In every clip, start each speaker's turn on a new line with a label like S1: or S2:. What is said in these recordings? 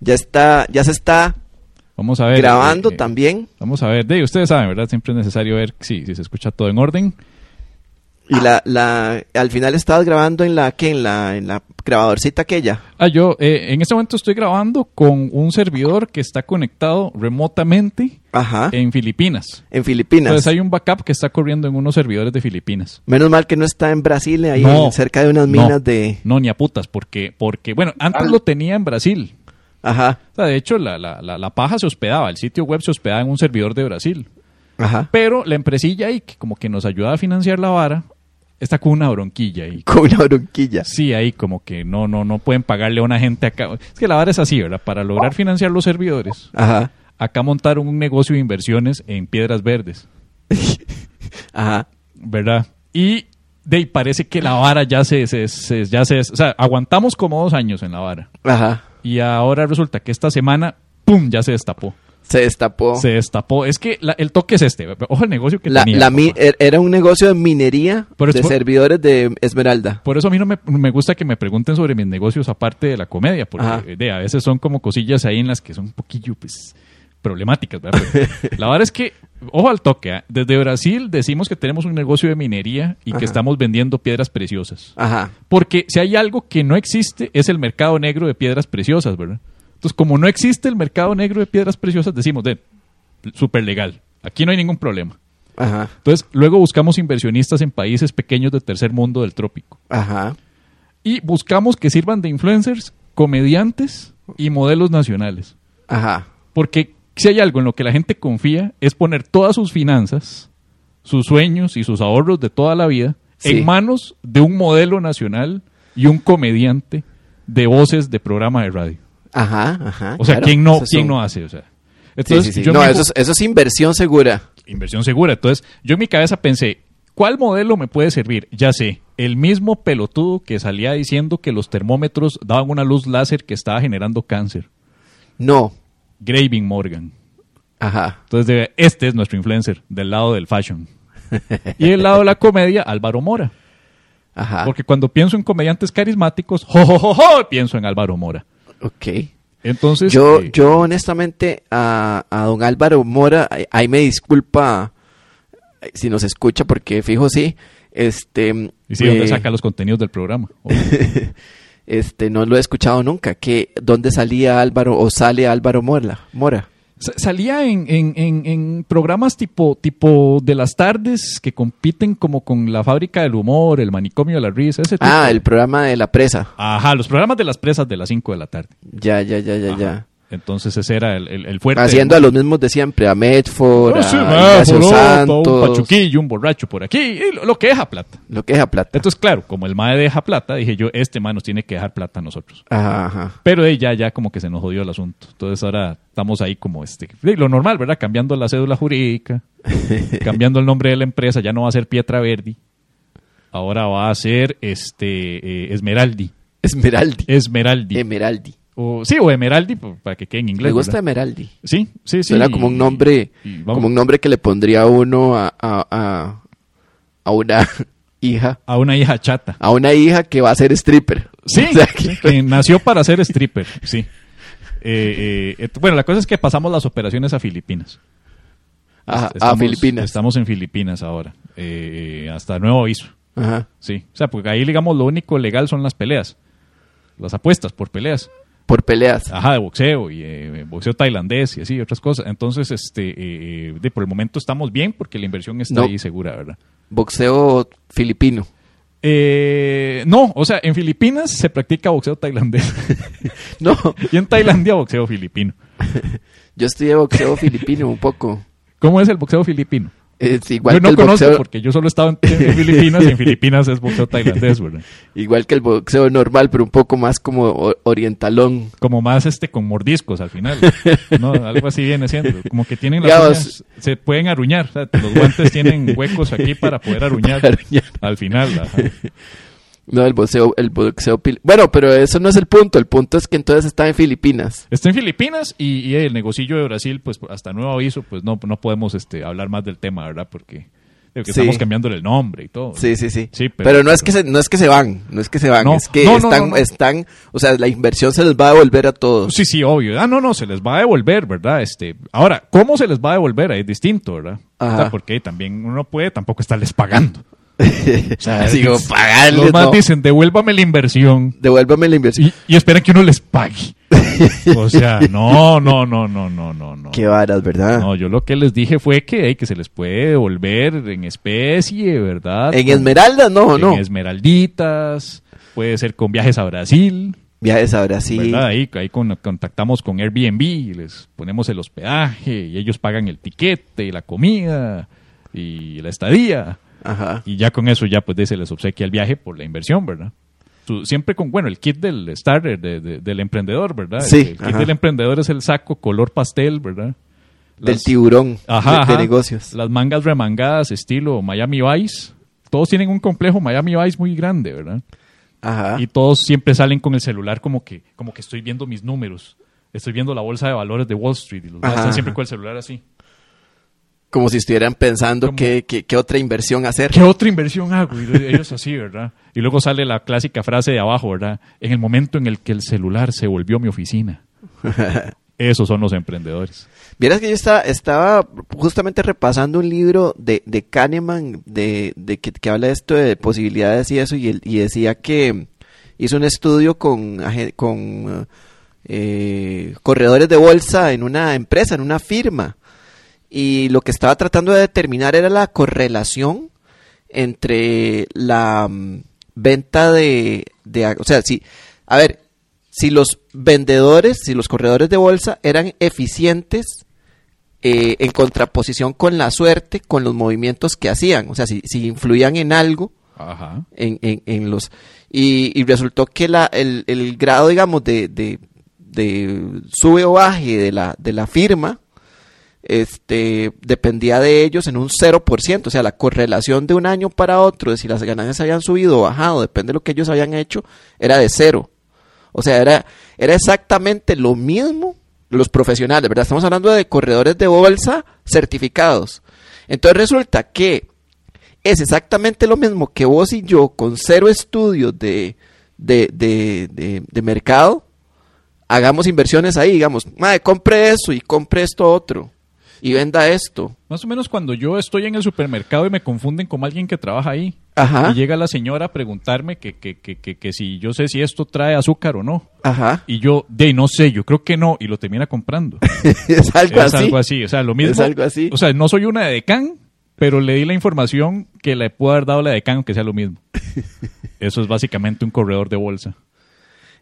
S1: Ya está, ya se está
S2: Vamos a ver.
S1: grabando
S2: eh, eh,
S1: también.
S2: Vamos a ver. De, ustedes saben, ¿verdad? Siempre es necesario ver si, si se escucha todo en orden.
S1: Y la, la, al final estabas grabando en la, ¿qué? En la, en la grabadorcita aquella.
S2: Ah, yo eh, en este momento estoy grabando con un servidor que está conectado remotamente
S1: Ajá. En,
S2: en Filipinas.
S1: Ah. Filipinas.
S2: Entonces hay un backup que está corriendo en unos servidores de Filipinas.
S1: Menos mal que no está en Brasil, ahí
S2: No,
S1: en- cerca de unas
S2: no.
S1: minas de...
S2: No, ni a putas, porque, porque bueno, antes
S3: Ah.
S2: lo tenía en Brasil.
S1: Ajá,
S2: O sea, de hecho, la, la, la, la paja se hospedaba, el sitio web se hospedaba en un servidor de Brasil.
S1: ajá.
S2: Pero la empresilla ahí, que como que nos ayuda a financiar la vara, está con una bronquilla ahí.
S1: Con una bronquilla.
S2: Sí, ahí como que no, no, no pueden pagarle a una gente acá. Es que la vara es así, ¿verdad? Para lograr financiar los servidores,
S1: Ajá,
S2: acá montaron un negocio de inversiones en piedras verdes,
S1: ajá.
S2: ¿verdad? Y de ahí parece que la vara ya se, se- se- ya se, o sea, aguantamos como dos años en la vara.
S1: Ajá.
S2: Y ahora resulta que esta semana, ¡pum! ya se destapó.
S1: Se destapó.
S2: Se destapó. Es que la- el toque es este. Ojo el negocio que
S1: La-
S2: tenía.
S1: la mi-
S2: papá.
S1: er- era un negocio de minería
S2: Pero es
S1: de
S2: por-
S1: servidores de Esmeralda.
S2: Por eso a mí no me, me gusta que me pregunten sobre mis negocios aparte de la comedia, porque
S1: Ajá.
S2: eh, de, a veces son como cosillas ahí en las que son un poquillo pues, problemáticas. ¿verdad? Pero la verdad es que, ojo al toque, ¿ah? desde Brasil decimos que tenemos un negocio de minería y
S1: Ajá.
S2: que estamos vendiendo piedras preciosas.
S1: Ajá.
S2: Porque si hay algo que no existe es el mercado negro de piedras preciosas, ¿verdad? Entonces, como no existe el mercado negro de piedras preciosas, decimos, de, súper legal, aquí no hay ningún problema.
S1: Ajá.
S2: Entonces, luego buscamos inversionistas en países pequeños del tercer mundo del trópico.
S1: Ajá.
S2: Y buscamos que sirvan de influencers, comediantes y modelos nacionales.
S1: Ajá.
S2: Porque si hay algo en lo que la gente confía es poner todas sus finanzas, sus sueños y sus ahorros de toda la vida
S1: Sí.
S2: en manos de un modelo nacional y un comediante de voces de programa de radio.
S1: Ajá. Ajá.
S2: O sea,
S1: claro,
S2: ¿quién, no,
S1: esos
S2: quién
S1: son-
S2: no hace? O sea,
S1: Sí,
S2: entonces,
S1: sí, sí.
S2: yo
S1: No,
S2: me-
S1: eso es, eso es inversión segura.
S2: Inversión segura. Entonces, yo en mi cabeza pensé, ¿cuál modelo me puede servir? Ya sé, el mismo pelotudo que salía diciendo que los termómetros daban una luz láser que estaba generando cáncer.
S1: No.
S2: Graving Morgan.
S1: Ajá.
S2: Entonces, de- este es nuestro influencer del lado del fashion. Y del lado de la comedia, Álvaro Mora.
S1: Ajá.
S2: Porque cuando pienso en comediantes carismáticos, jo, jo, jo, jo, pienso en Álvaro Mora.
S1: Ok.
S2: Entonces,
S1: Yo,
S2: eh,
S1: yo honestamente a, a don Álvaro Mora, ahí- ahí me disculpa eh, si nos escucha porque fijo sí, este,
S2: y sí, ¿dónde
S1: eh,
S2: saca los contenidos del programa? O-
S1: este no lo he escuchado nunca, que dónde salía Álvaro o sale Álvaro Mora, Mora.
S2: Sa- Salía en, en- en- en programas tipo, tipo de las tardes que compiten como con la fábrica del humor, el manicomio de la risa, ese tipo.
S1: Ah, el programa de la presa.
S2: Ajá, los programas de las presas de las 5 de la tarde.
S1: Ya, ya, ya, ya,
S2: Ajá.
S1: ya.
S2: Entonces ese era el, el- el fuerte.
S1: Haciendo a los mismos de siempre, a Medford,
S2: Ah, sí,
S1: a
S2: ah,
S1: Ignacio
S2: poroto, un
S1: Santos,
S2: pachuquillo, un borracho por aquí, y lo, lo que deja plata.
S1: lo que es a plata.
S2: Entonces, claro, como el mae deja plata, dije yo, este mae nos tiene que dejar plata a nosotros.
S1: Ajá, ajá.
S2: Pero eh, ya, ya como que se nos jodió el asunto. Entonces ahora estamos ahí como este. eh, Lo normal, ¿verdad? Cambiando la cédula jurídica, cambiando el nombre de la empresa, ya no va a ser Pietra Verdi. Ahora va a ser este eh, Esmeraldi.
S1: Esmeraldi.
S2: Esmeraldi.
S1: Emeraldi.
S2: o, sí, o Emeraldi, por- para que quede en inglés.
S1: Em- Me gusta
S2: ¿verdad?
S1: Emeraldi.
S2: Sí, sí, sí.
S1: Suena como un nombre,
S2: y vamos.
S1: como un nombre que le pondría uno a, a, a, a una hija,
S2: A una hija chata.
S1: a una hija que va a ser stripper.
S2: Sí,
S1: O sea,
S2: sí,
S1: que-
S2: que nació para ser stripper, sí. Eh, eh, et- bueno, la cosa es que pasamos las operaciones a Filipinas.
S1: Ah, a, a
S2: Est- estamos-
S1: Filipinas.
S2: Estamos en Filipinas ahora, eh, eh, hasta nuevo aviso.
S1: Ajá.
S2: Sí, o sea, porque ahí, digamos, lo único legal son las peleas, las apuestas por peleas.
S1: Por peleas.
S2: Ajá, de boxeo y eh, boxeo tailandés y así, otras cosas. Entonces, este, eh, eh, de, por el momento estamos bien porque la inversión está
S1: No.
S2: ahí segura, ¿verdad?
S1: Boxeo filipino.
S2: Eh, no, o sea, en Filipinas se practica boxeo tailandés
S1: No,
S2: y en Tailandia boxeo filipino.
S1: yo estudié boxeo filipino un poco.
S2: ¿Cómo es el boxeo filipino?
S1: Es igual
S2: yo no
S1: que el
S2: conozco
S1: boxeo,
S2: porque yo solo he estado en, en Filipinas y en Filipinas es boxeo tailandés, ¿verdad?
S1: igual que el boxeo normal, pero un poco más como o- orientalón.
S2: como más este con mordiscos al final. No, algo así viene siendo. Como que tienen las
S1: Digamos-
S2: uñas, se pueden aruñar. o sea, los guantes tienen huecos aquí para poder aruñar
S1: Para aruñar.
S2: al final. ajá.
S1: No, el boxeo, el boxeo pil- Bueno, pero eso no es el punto. El punto es que entonces está en Filipinas.
S2: Está en Filipinas y, y el negocillo de Brasil, pues hasta nuevo aviso, pues no, no podemos este, hablar más del tema, ¿verdad? Porque que
S1: Sí.
S2: estamos cambiándole el nombre y todo.
S1: Sí, sí, sí.
S2: Sí,
S1: pero,
S2: pero-
S1: no es que se, no es que se van, no es que se van,
S2: No,
S1: es que
S2: no, no,
S1: están,
S2: no, no.
S1: están, o sea, la inversión se les va a devolver a todos.
S2: Sí, sí, obvio. Ah, no, no, se les va a devolver, ¿verdad? Este, ahora, ¿cómo se les va a devolver? Es distinto, ¿verdad?
S1: Ajá.
S2: O sea, porque también uno puede tampoco estarles pagando.
S1: O sea, digo,
S2: es-
S1: pagarles,
S2: Los más
S1: Ah, no.
S2: dicen, devuélvame la inversión
S1: Devuélvame la inversión.
S2: y, y esperan que uno les pague. O sea, no, no, no, no, no, no, no.
S1: Qué varas, ¿verdad?
S2: No, yo lo que les dije fue que, hey, que se les puede devolver en especie, ¿verdad?
S1: en
S2: Con-
S1: Esmeralda, no,
S2: en
S1: no.
S2: esmeralditas, puede ser con viajes a Brasil,
S1: Viajes a Brasil.
S2: ¿verdad? Ahí, ahí con- contactamos con Airbnb, y les ponemos el hospedaje y ellos pagan el tiquete y la comida y la estadía.
S1: Ajá.
S2: Y ya con eso ya pues de- se les obsequia el viaje por la inversión, ¿verdad? Su- siempre con, bueno, el kit del starter, de- de- del emprendedor, ¿verdad?
S1: Sí,
S2: el, el kit
S1: ajá.
S2: del emprendedor es el saco color pastel, ¿verdad?
S1: Del
S2: Las-
S1: tiburón
S2: Ajá,
S1: de, de
S2: ajá.
S1: negocios.
S2: Las mangas remangadas estilo Miami Vice. Todos tienen un complejo Miami Vice muy grande, ¿verdad?
S1: Ajá.
S2: Y todos siempre salen con el celular como que, como que estoy viendo mis números. Estoy viendo la bolsa de valores de Wall Street. Y los más
S1: Ajá,
S2: están siempre
S1: ajá.
S2: con el celular así.
S1: Como si estuvieran pensando
S2: Como-
S1: qué, qué, qué otra inversión hacer.
S2: ¿Qué otra inversión hago? Y ellos así, ¿verdad? Y luego sale la clásica frase de abajo, ¿verdad? En el momento en el que el celular se volvió mi oficina. Esos son los emprendedores.
S1: Vieras que yo estaba, estaba justamente repasando un libro de, de Kahneman de, de que, que habla de esto de posibilidades y eso, y, él- y decía que hizo un estudio con, aje- con eh, corredores de bolsa en una empresa, en una firma, y lo que estaba tratando de determinar era la correlación entre la mm, venta de, de ac- o sea, si, a ver, si los vendedores, si los corredores de bolsa eran eficientes eh, en contraposición con la suerte, con los movimientos que hacían, o sea, si, si influían en algo,
S2: Ajá.
S1: en, en- en los y, y resultó que la, el, el grado digamos de, de, de sube o baje de la, de la firma este dependía de ellos en un 0%, o sea, la correlación de un año para otro, de si las ganancias habían subido o bajado, depende de lo que ellos habían hecho, era de cero. O sea, era, era exactamente lo mismo los profesionales, ¿verdad? Estamos hablando de corredores de bolsa certificados. Entonces resulta que es exactamente lo mismo que vos y yo, con cero estudios de, de, de, de, de mercado, hagamos inversiones ahí, digamos, madre, compre eso y compre esto otro y venda esto.
S2: Más o menos cuando yo estoy en el supermercado y me confunden con alguien que trabaja ahí.
S1: Ajá.
S2: Y llega la señora a preguntarme que, que, que, que, que si yo sé si esto trae azúcar o no.
S1: Ajá.
S2: Y yo, de no sé, yo creo que no, y lo termina comprando.
S1: es algo
S2: es
S1: así.
S2: algo así, o sea, lo mismo.
S1: Es algo así.
S2: O sea, no soy una decán, pero le di la información que le pudo haber dado la decán, aunque sea lo mismo. Eso es básicamente un corredor de bolsa.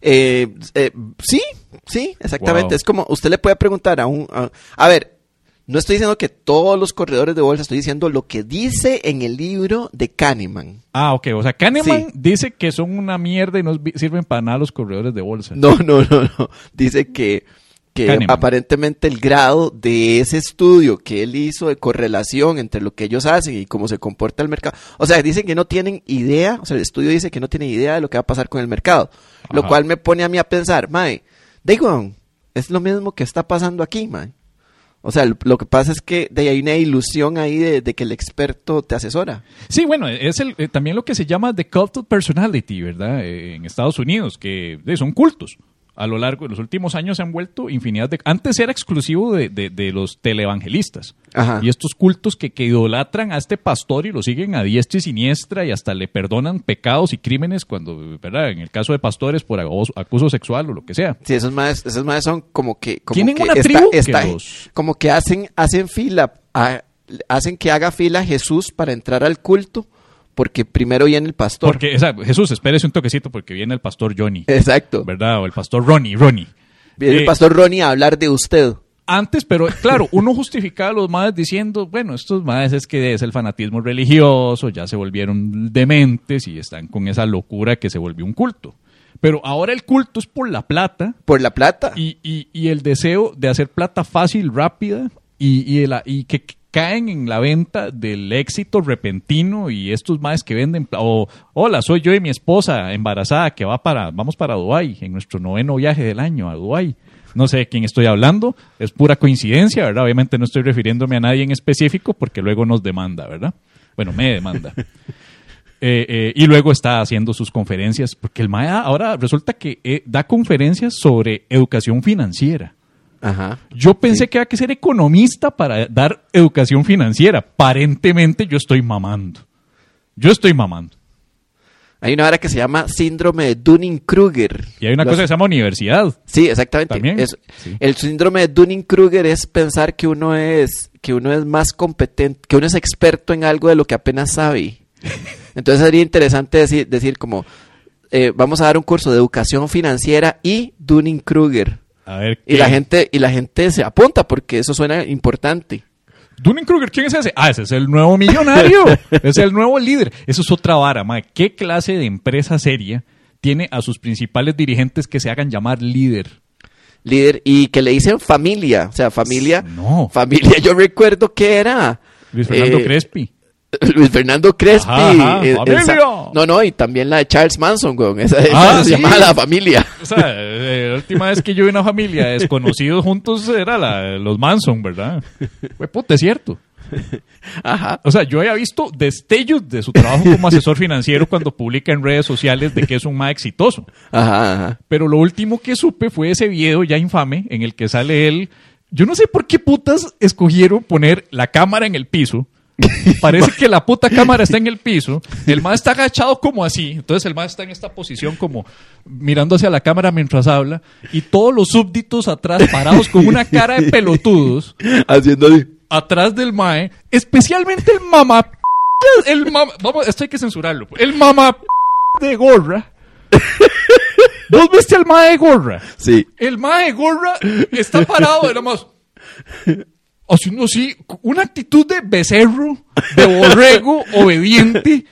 S1: Eh, eh, sí, sí, exactamente.
S2: Wow.
S1: Es como usted le puede preguntar a un... A, a ver, no estoy diciendo que todos los corredores de bolsa, estoy diciendo lo que dice en el libro de Kahneman.
S2: Ah, ok, o sea, Kahneman
S1: Sí.
S2: dice que son una mierda y no vi- sirven para nada los corredores de bolsa.
S1: No, no, no, no. Dice que, que
S2: Kahneman.
S1: aparentemente el grado de ese estudio que él hizo de correlación entre lo que ellos hacen y cómo se comporta el mercado. O sea, dicen que no tienen idea, o sea, el estudio dice que no tienen idea de lo que va a pasar con el mercado. Lo
S2: Ajá.
S1: cual me pone a mí a pensar, mae, digo, es lo mismo que está pasando aquí, mae. O sea, lo- lo que pasa es que de ahí hay una ilusión ahí de, de que el experto te asesora.
S2: Sí, bueno, es el, eh, también lo que se llama The Cult of Personality, ¿verdad? Eh, en Estados Unidos, que eh, son cultos. A lo largo de los últimos años se han vuelto infinidad de... Antes era exclusivo de, de- de los televangelistas.
S1: Ajá.
S2: Y estos cultos que, que idolatran a este pastor y lo siguen a diestra y siniestra y hasta le perdonan pecados y crímenes cuando, ¿verdad? En el caso de pastores por agoso- acuso sexual o lo que sea.
S1: Sí, esos maes, esos maes son como que... Como
S2: Tienen
S1: que
S2: una tribu que los-
S1: Como que hacen, hacen fila, a- hacen que haga fila Jesús para entrar al culto, porque primero viene el pastor. Eh,
S2: Porque, o sea, Jesús, espérese un toquecito porque viene el pastor Johnny,
S1: Exacto.
S2: ¿verdad? O el pastor Ronnie, Ronnie.
S1: Viene el
S2: Eh,
S1: pastor Ronnie a hablar de usted.
S2: Antes, pero claro, uno justificaba a los madres diciendo, bueno, estos madres es que es el fanatismo religioso, ya se volvieron dementes y están con esa locura que se volvió un culto. Pero ahora el culto es por la plata
S1: Por la plata.
S2: y, y- y el deseo de hacer plata fácil, rápida y, y, de la- y que caen en la venta del éxito repentino y estos madres que venden, pla- o hola, soy yo y mi esposa embarazada que va para, vamos para Dubái en nuestro noveno viaje del año a Dubái. No sé de quién estoy hablando, es pura coincidencia, ¿verdad? Obviamente no estoy refiriéndome a nadie en específico porque luego nos demanda, ¿verdad? Bueno, me demanda. Eh, eh, y luego está haciendo sus conferencias, porque el MAE ah, ahora resulta que eh, da conferencias sobre educación financiera.
S1: Ajá.
S2: Yo pensé que había que ser economista para dar educación financiera. Aparentemente yo estoy mamando. Yo estoy mamando.
S1: Hay una hora que se llama síndrome de Dunning-Kruger.
S2: Y hay una
S1: Lo
S2: cosa que se llama universidad.
S1: Sí, exactamente.
S2: También,
S1: Es-
S2: sí.
S1: El síndrome de Dunning-Kruger es pensar que uno es, que uno es más competente, que uno es experto en algo de lo que apenas sabe. Entonces sería interesante decir, decir como, eh, vamos a dar un curso de educación financiera y Dunning-Kruger.
S2: A ver.
S1: Y la gente, y la gente se apunta porque eso suena importante.
S2: Dunning Kruger, ¿quién es ese? Ah, ese es el nuevo millonario. es el nuevo líder. Eso es otra vara, mae. ¿Qué clase de empresa seria tiene a sus principales dirigentes que se hagan llamar líder?
S1: Líder, y que le dicen familia, o sea, familia,
S2: No.
S1: familia, yo recuerdo que era.
S2: Luis Fernando
S1: eh,
S2: Crespi.
S1: Luis Fernando Crespi.
S2: Ajá, ajá,
S1: el- el sa-
S2: familia.
S1: no, no, y también la de Charles Manson, weón. Esa,
S2: Ah,
S1: esa se
S2: sí.
S1: llamaba La Familia.
S2: O sea, eh, la última vez que yo vi una familia de desconocidos juntos era la, los Manson, ¿verdad? Fue puta, es cierto.
S1: Ajá.
S2: O sea, yo había visto destellos de su trabajo como asesor financiero cuando publica en redes sociales de que es un más exitoso.
S1: Ajá, ajá.
S2: Pero lo último que supe fue ese video ya infame en el que sale él. Yo no sé por qué putas escogieron poner la cámara en el piso. Parece que la puta cámara está en el piso. El más está agachado como así. Entonces el más está en esta posición como mirando hacia la cámara mientras habla. Y todos los súbditos atrás parados con una cara de pelotudos
S1: Haciendo así.
S2: atrás del mae, especialmente el mamá p- el mamá, vamos, esto hay que censurarlo. pues. El mamá p- de gorra. ¿Vos viste al mae de gorra?
S1: Sí.
S2: El mae de gorra está parado de más haciendo así una actitud de becerro, de borrego obediente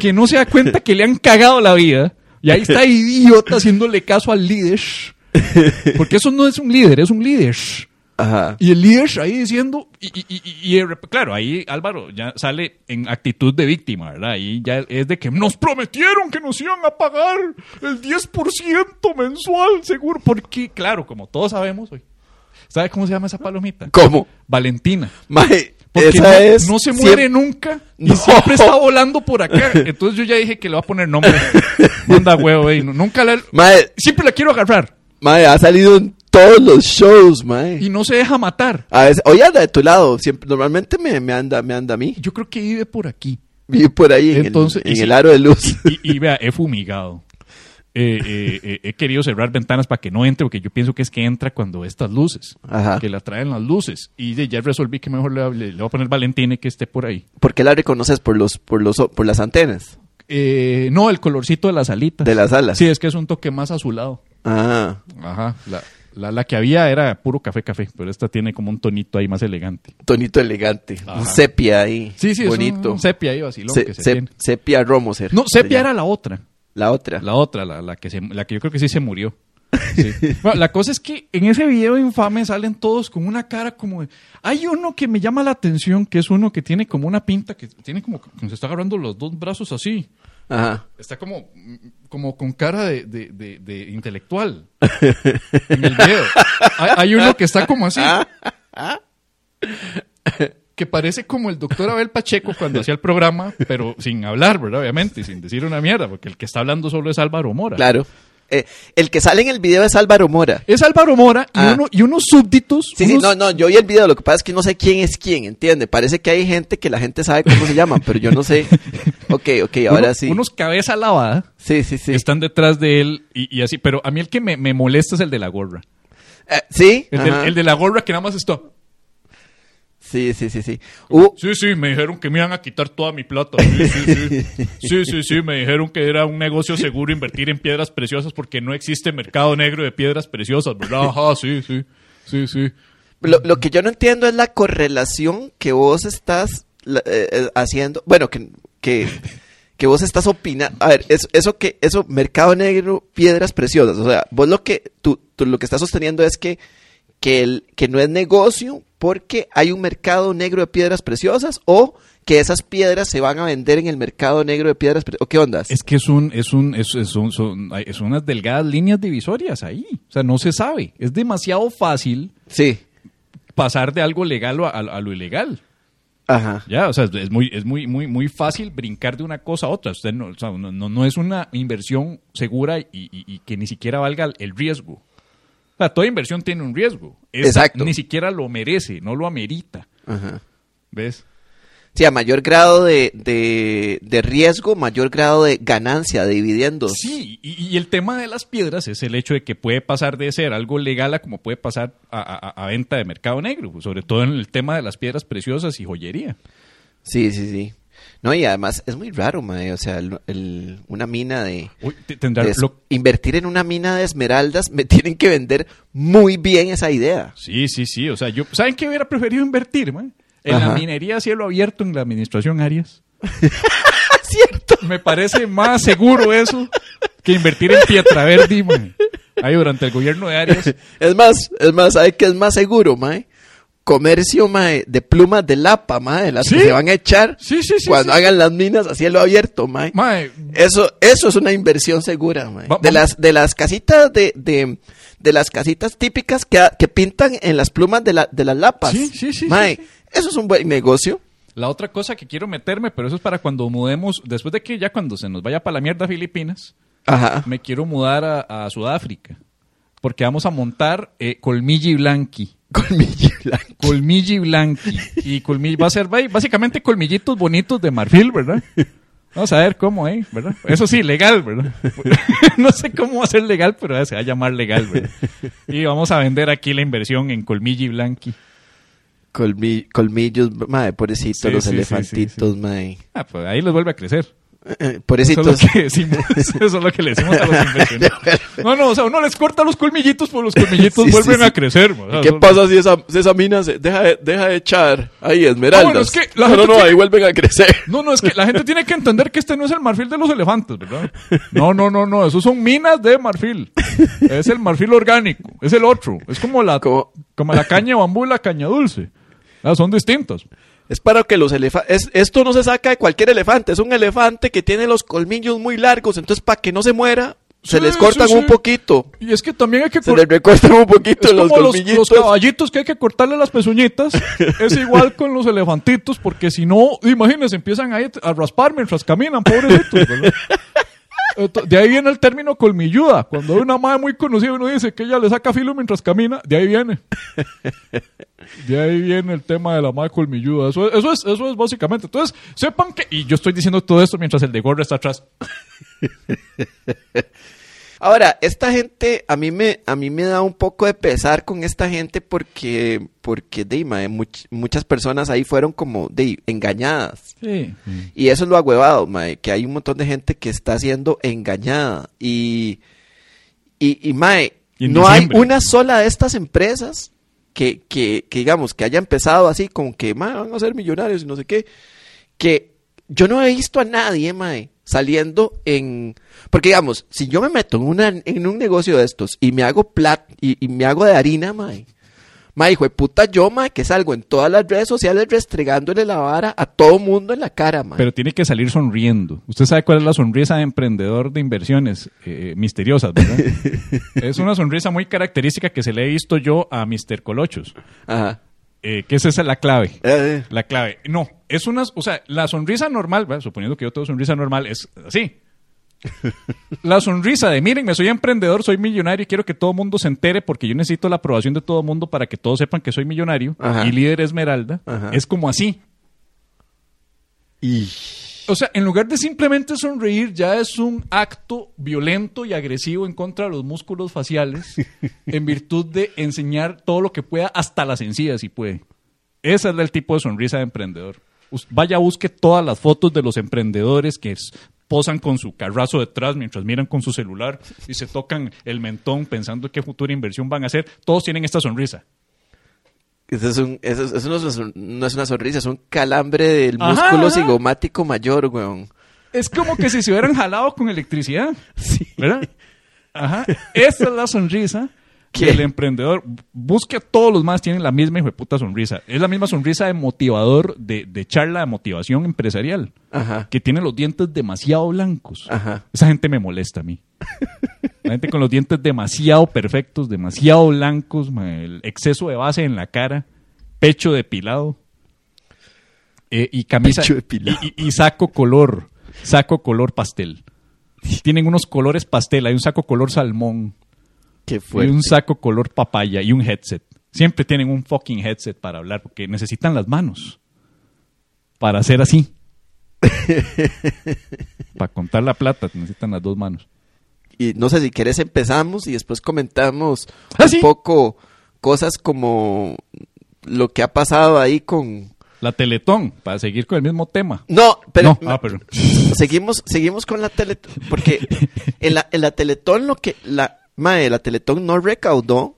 S2: que no se da cuenta que le han cagado la vida. Y ahí está idiota haciéndole caso al líder. Porque eso no es un líder, es un líder.
S1: Ajá.
S2: Y el líder ahí diciendo, y, y- y- y- y de rep- claro, ahí Álvaro ya sale en actitud de víctima, ¿verdad? Ahí ya es de que nos prometieron que nos iban a pagar el 10% mensual, seguro, porque, claro, como todos sabemos hoy, ¿sabe cómo se llama esa palomita?
S1: ¿Cómo?
S2: Valentina.
S1: Mae,
S2: Porque
S1: esa
S2: no,
S1: es.
S2: no se
S1: siem-
S2: muere nunca y
S1: No.
S2: siempre está volando por acá. Entonces yo ya dije que le voy a poner nombre. Manda huevo, ey, Nunca la...
S1: Mae,
S2: Siempre la quiero agarrar
S1: mae, ha salido en todos los shows, mae.
S2: y no se deja matar.
S1: A veces, oye, anda de tu lado. Siempre, normalmente me, me anda, me anda a mí.
S2: Yo creo que vive por aquí.
S1: Vive por ahí en,
S2: Entonces,
S1: el,
S2: y
S1: en
S2: sí.
S1: el aro de luz.
S2: Y, y vea, he fumigado. Eh, eh, eh, he querido cerrar ventanas para que no entre, porque yo pienso que es que entra cuando estas luces,
S1: Ajá.
S2: que la traen las luces. Y de- ya resolví que mejor le, hable- le voy a poner Valentine que esté por ahí.
S1: ¿Por qué la reconoces por los, por los, por las antenas
S2: Eh, no, el colorcito de las alitas.
S1: de las alas?
S2: Sí, es que es un toque más azulado.
S1: Ah.
S2: Ajá. La, la, la que había era puro café café, pero esta tiene como un tonito ahí más elegante.
S1: Tonito elegante.
S2: Ajá.
S1: Un sepia ahí.
S2: Sí, sí, es un-
S1: Bonito.
S2: un sepia ahí vacilón
S1: Se-
S2: que se
S1: se-
S2: tiene.
S1: sepia Romoser.
S2: No,
S1: se
S2: sepia
S1: llama.
S2: era la otra.
S1: La otra.
S2: La otra, la, la que, se, la que yo creo que sí se murió. Sí. Bueno, la cosa es que en ese video infame salen todos con una cara como... de- Hay uno que me llama la atención, que es uno que tiene como una pinta, que tiene como... que se está agarrando los dos brazos así.
S1: Ajá.
S2: Está como, mm, como con cara de, de- de- de intelectual. En el video. Hay, hay uno que está como así.
S1: Ah,
S2: Que parece como el doctor Abel Pacheco cuando hacía el programa, pero sin hablar, ¿verdad? Obviamente, y sin decir una mierda, porque el que está hablando solo es Álvaro Mora.
S1: Claro. Eh, el que sale en el video es Álvaro Mora.
S2: Es Álvaro Mora y,
S1: Ah.
S2: uno, y unos súbditos.
S1: Sí, sí,
S2: unos-
S1: no, no, yo vi el video, lo que pasa es que no sé quién es quién, ¿entiende? Parece que hay gente que la gente sabe cómo se llama, pero yo no sé. Ok, ok, ahora
S2: uno-
S1: sí.
S2: Unos cabeza lavada
S1: Sí, sí, sí.
S2: que están detrás de él y, y así. Pero a mí el que me, me molesta es el de la gorra.
S1: Eh, ¿Sí?
S2: El, del-
S1: Ajá.
S2: el de la gorra que nada más está.
S1: Sí, sí, sí, sí. Uh,
S2: Sí, sí, me dijeron que me iban a quitar toda mi plata. Sí, sí, sí. Sí, sí, sí, me dijeron que era un negocio seguro invertir en piedras preciosas porque no existe mercado negro de piedras preciosas, ¿verdad? Ajá, sí, sí. Sí, sí.
S1: Lo, lo que yo no entiendo es la correlación que vos estás la- eh, eh, haciendo. Bueno, que, que, que vos estás opinando. A ver, eso, eso que, eso, mercado negro, piedras preciosas. O sea, vos lo que, tú, tú lo que estás sosteniendo es que, que, el, que no es negocio porque hay un mercado negro de piedras preciosas o que esas piedras se van a vender en el mercado negro de piedras preciosas. ¿O qué ondas?
S2: Es que es un, es un, es, es un- son, hay- son unas delgadas líneas divisorias ahí. O sea, no se sabe. Es demasiado fácil
S1: Sí.
S2: pasar de algo legal a, a- a lo ilegal.
S1: Ajá.
S2: Ya, o sea, es muy, es muy, muy, muy fácil brincar de una cosa a otra. Usted no, o sea, no, no- no es una inversión segura y, y- y que ni siquiera valga el riesgo. O sea, toda inversión tiene un riesgo. Esta
S1: Exacto.
S2: Ni siquiera lo merece, no lo amerita.
S1: Ajá.
S2: ¿Ves?
S1: Sí, a mayor grado de, de, de riesgo, mayor grado de ganancia, de dividendos.
S2: Sí, y, y el tema de las piedras es el hecho de que puede pasar de ser algo legal a como puede pasar a, a- a venta de mercado negro, sobre todo en el tema de las piedras preciosas y joyería.
S1: Sí, sí, sí. No, y además es muy raro, mae, o sea, el- el- una mina de...
S2: Uy, te- tendrá
S1: de es-
S2: lo-
S1: Invertir en una mina de esmeraldas, me tienen que vender muy bien esa idea.
S2: Sí, sí, sí. O sea, yo, ¿saben qué hubiera preferido invertir, man? En
S1: Ajá.
S2: la minería a cielo abierto en la administración Arias.
S1: Es Ah, cierto.
S2: Me parece más seguro eso que invertir en Pietra Verde, man. Ahí durante el gobierno de Arias.
S1: Es más, es más, ¿sabes qué es más seguro, mae? Comercio, mae, de plumas de lapa, mae, las que
S2: Sí.
S1: se van a echar
S2: Sí, sí, sí,
S1: cuando
S2: sí.
S1: hagan las minas a cielo abierto, mae.
S2: Mae,
S1: Eso, eso es una inversión segura, mae.
S2: Va-
S1: de
S2: vamos.
S1: las, de las casitas de, de, de las casitas típicas que, que pintan en las plumas de, la, de las lapas.
S2: Sí, sí, sí,
S1: Mae,
S2: sí, sí.
S1: eso es un buen negocio.
S2: La otra cosa que quiero meterme, pero eso es para cuando mudemos, después de que ya cuando se nos vaya para la mierda Filipinas,
S1: Ajá.
S2: me quiero mudar a, a Sudáfrica. Porque vamos a montar eh, Colmilli Blanqui.
S1: Colmillo blanco.
S2: Colmilli Blanqui. Y colmillo, va a ser bai- básicamente colmillitos bonitos de marfil, ¿verdad? Vamos a ver cómo, ¿eh? ¿Verdad? Eso sí, legal, ¿verdad? No sé cómo va a ser legal, pero se va a llamar legal, ¿verdad? Y vamos a vender aquí la inversión en Colmilli Blanqui.
S1: Colmi- colmillos, mae, pobrecitos,
S2: Sí,
S1: los
S2: sí, sí, sí,
S1: elefantitos, mae.
S2: Ah, pues ahí les vuelve a crecer.
S1: Eh,
S2: Eso es, lo
S1: Pobrecitos.
S2: que decimos, eso es lo que le decimos a los inversionistas. No, no, o sea, uno les corta los colmillitos, pues los colmillitos
S1: Sí, sí,
S2: vuelven
S1: sí.
S2: a crecer. o sea,
S1: ¿Qué
S2: son-
S1: pasa si esa, si esa mina se deja, de- deja de echar ahí esmeraldas?
S2: Ah, bueno, es que
S1: no, no,
S2: la gente
S1: no,
S2: tiene-
S1: ahí vuelven a crecer.
S2: No, no, es que la gente tiene que entender que este no es el marfil de los elefantes, ¿verdad? No, no, no, no, esos son minas de marfil. Es el marfil orgánico, es el otro. Es como la,
S1: Como-
S2: como la caña de bambú y la caña dulce. Ah, son distintos.
S1: Es para que los elefantes... Esto no se saca de cualquier elefante. Es un elefante que tiene los colmillos muy largos. Entonces, para que no se muera, se
S2: Sí,
S1: les cortan
S2: sí, sí.
S1: un poquito.
S2: Y es que también hay que
S1: Se
S2: cor-
S1: les recortan un poquito
S2: Es
S1: los
S2: como los,
S1: colmillitos.
S2: los caballitos que hay que cortarle las pezuñitas. es igual con los elefantitos, porque si no, imagínense, empiezan ahí a raspar mientras caminan, pobrecitos. ¿verdad? Ento- De ahí viene el término colmilluda. Cuando hay una madre muy conocida, uno dice que ella le saca filo mientras camina. De ahí viene. De ahí viene el tema de la madre colmilluda. Eso es, eso es, eso es básicamente. Entonces, sepan que. Y yo estoy diciendo todo esto mientras el de gorra está atrás.
S1: Ahora, esta gente, a mí me, a mí me da un poco de pesar con esta gente porque, porque de, mae, much- muchas personas ahí fueron como de, engañadas.
S2: Sí.
S1: Y eso es lo agüevado, mae, que hay un montón de gente que está siendo engañada. Y, y, y, mae,
S2: Y en
S1: no
S2: diciembre.
S1: hay una sola de estas empresas que, que, que, digamos, que haya empezado así con que, mae, van a ser millonarios y no sé qué, que yo no he visto a nadie, mae, saliendo en... Porque, digamos, si yo me meto en, una, en un negocio de estos y me hago plat y, y me hago de harina, mae, Mae, hijo de puta, yo, mae, que salgo en todas las redes sociales restregándole la vara a todo mundo en la cara, mae.
S2: Pero tiene que salir sonriendo. Usted sabe cuál es la sonrisa de emprendedor de inversiones eh, misteriosas, ¿verdad? es una sonrisa muy característica que se le he visto yo a Mr. Colochos.
S1: Ajá.
S2: Eh, que esa es la clave.
S1: Eh,
S2: La clave. No, es una... O sea, la sonrisa normal, ¿verdad? suponiendo que yo tengo sonrisa normal, es así. La sonrisa de, miren, me soy emprendedor, soy millonario y quiero que todo el mundo se entere porque yo necesito la aprobación de todo el mundo para que todos sepan que soy millonario
S1: Ajá.
S2: y líder esmeralda.
S1: Ajá.
S2: Es como así.
S1: y...
S2: O sea, en lugar de simplemente sonreír, ya es un acto violento y agresivo en contra de los músculos faciales, en virtud de enseñar todo lo que pueda, hasta las encías, si puede. Ese es el tipo de sonrisa de emprendedor. Us- Vaya, busque todas las fotos de los emprendedores que s- posan con su carrazo detrás mientras miran con su celular y se tocan el mentón pensando qué futura inversión van a hacer. Todos tienen esta sonrisa.
S1: Eso, es un, eso, es- eso no, es una, son- no es una sonrisa, es un calambre del
S2: Ajá,
S1: músculo
S2: ajá.
S1: cigomático mayor, weón.
S2: Es como que si se hubieran jalado con electricidad.
S1: Sí.
S2: ¿Verdad? Ajá. Esa es la sonrisa
S1: ¿Qué?
S2: que el emprendedor busque a todos los más, tienen la misma hijo de puta sonrisa. Es la misma sonrisa de motivador, de, de charla de motivación empresarial,
S1: Ajá.
S2: que tiene los dientes demasiado blancos.
S1: Ajá.
S2: Esa gente me molesta a mí. La gente con los dientes demasiado perfectos, demasiado blancos, ma, el exceso de base en la cara, pecho depilado. eh, y camisa
S1: Pecho depilado.
S2: y, y- y saco color, saco color pastel. Tienen unos colores pastel, hay un saco color salmón,
S1: Qué
S2: y
S1: fuerte.
S2: un saco color papaya y un headset. Siempre tienen un fucking headset para hablar porque necesitan las manos para hacer así. para contar la plata necesitan las dos manos.
S1: Y no sé si quieres empezamos y después comentamos
S2: Ah,
S1: un
S2: sí.
S1: poco cosas como lo que ha pasado ahí con...
S2: La Teletón, para seguir con el mismo tema.
S1: No, pero,
S2: No, ah, pero-
S1: seguimos seguimos con la Teletón porque en la, en la Teletón lo que la mae, la Teletón no recaudó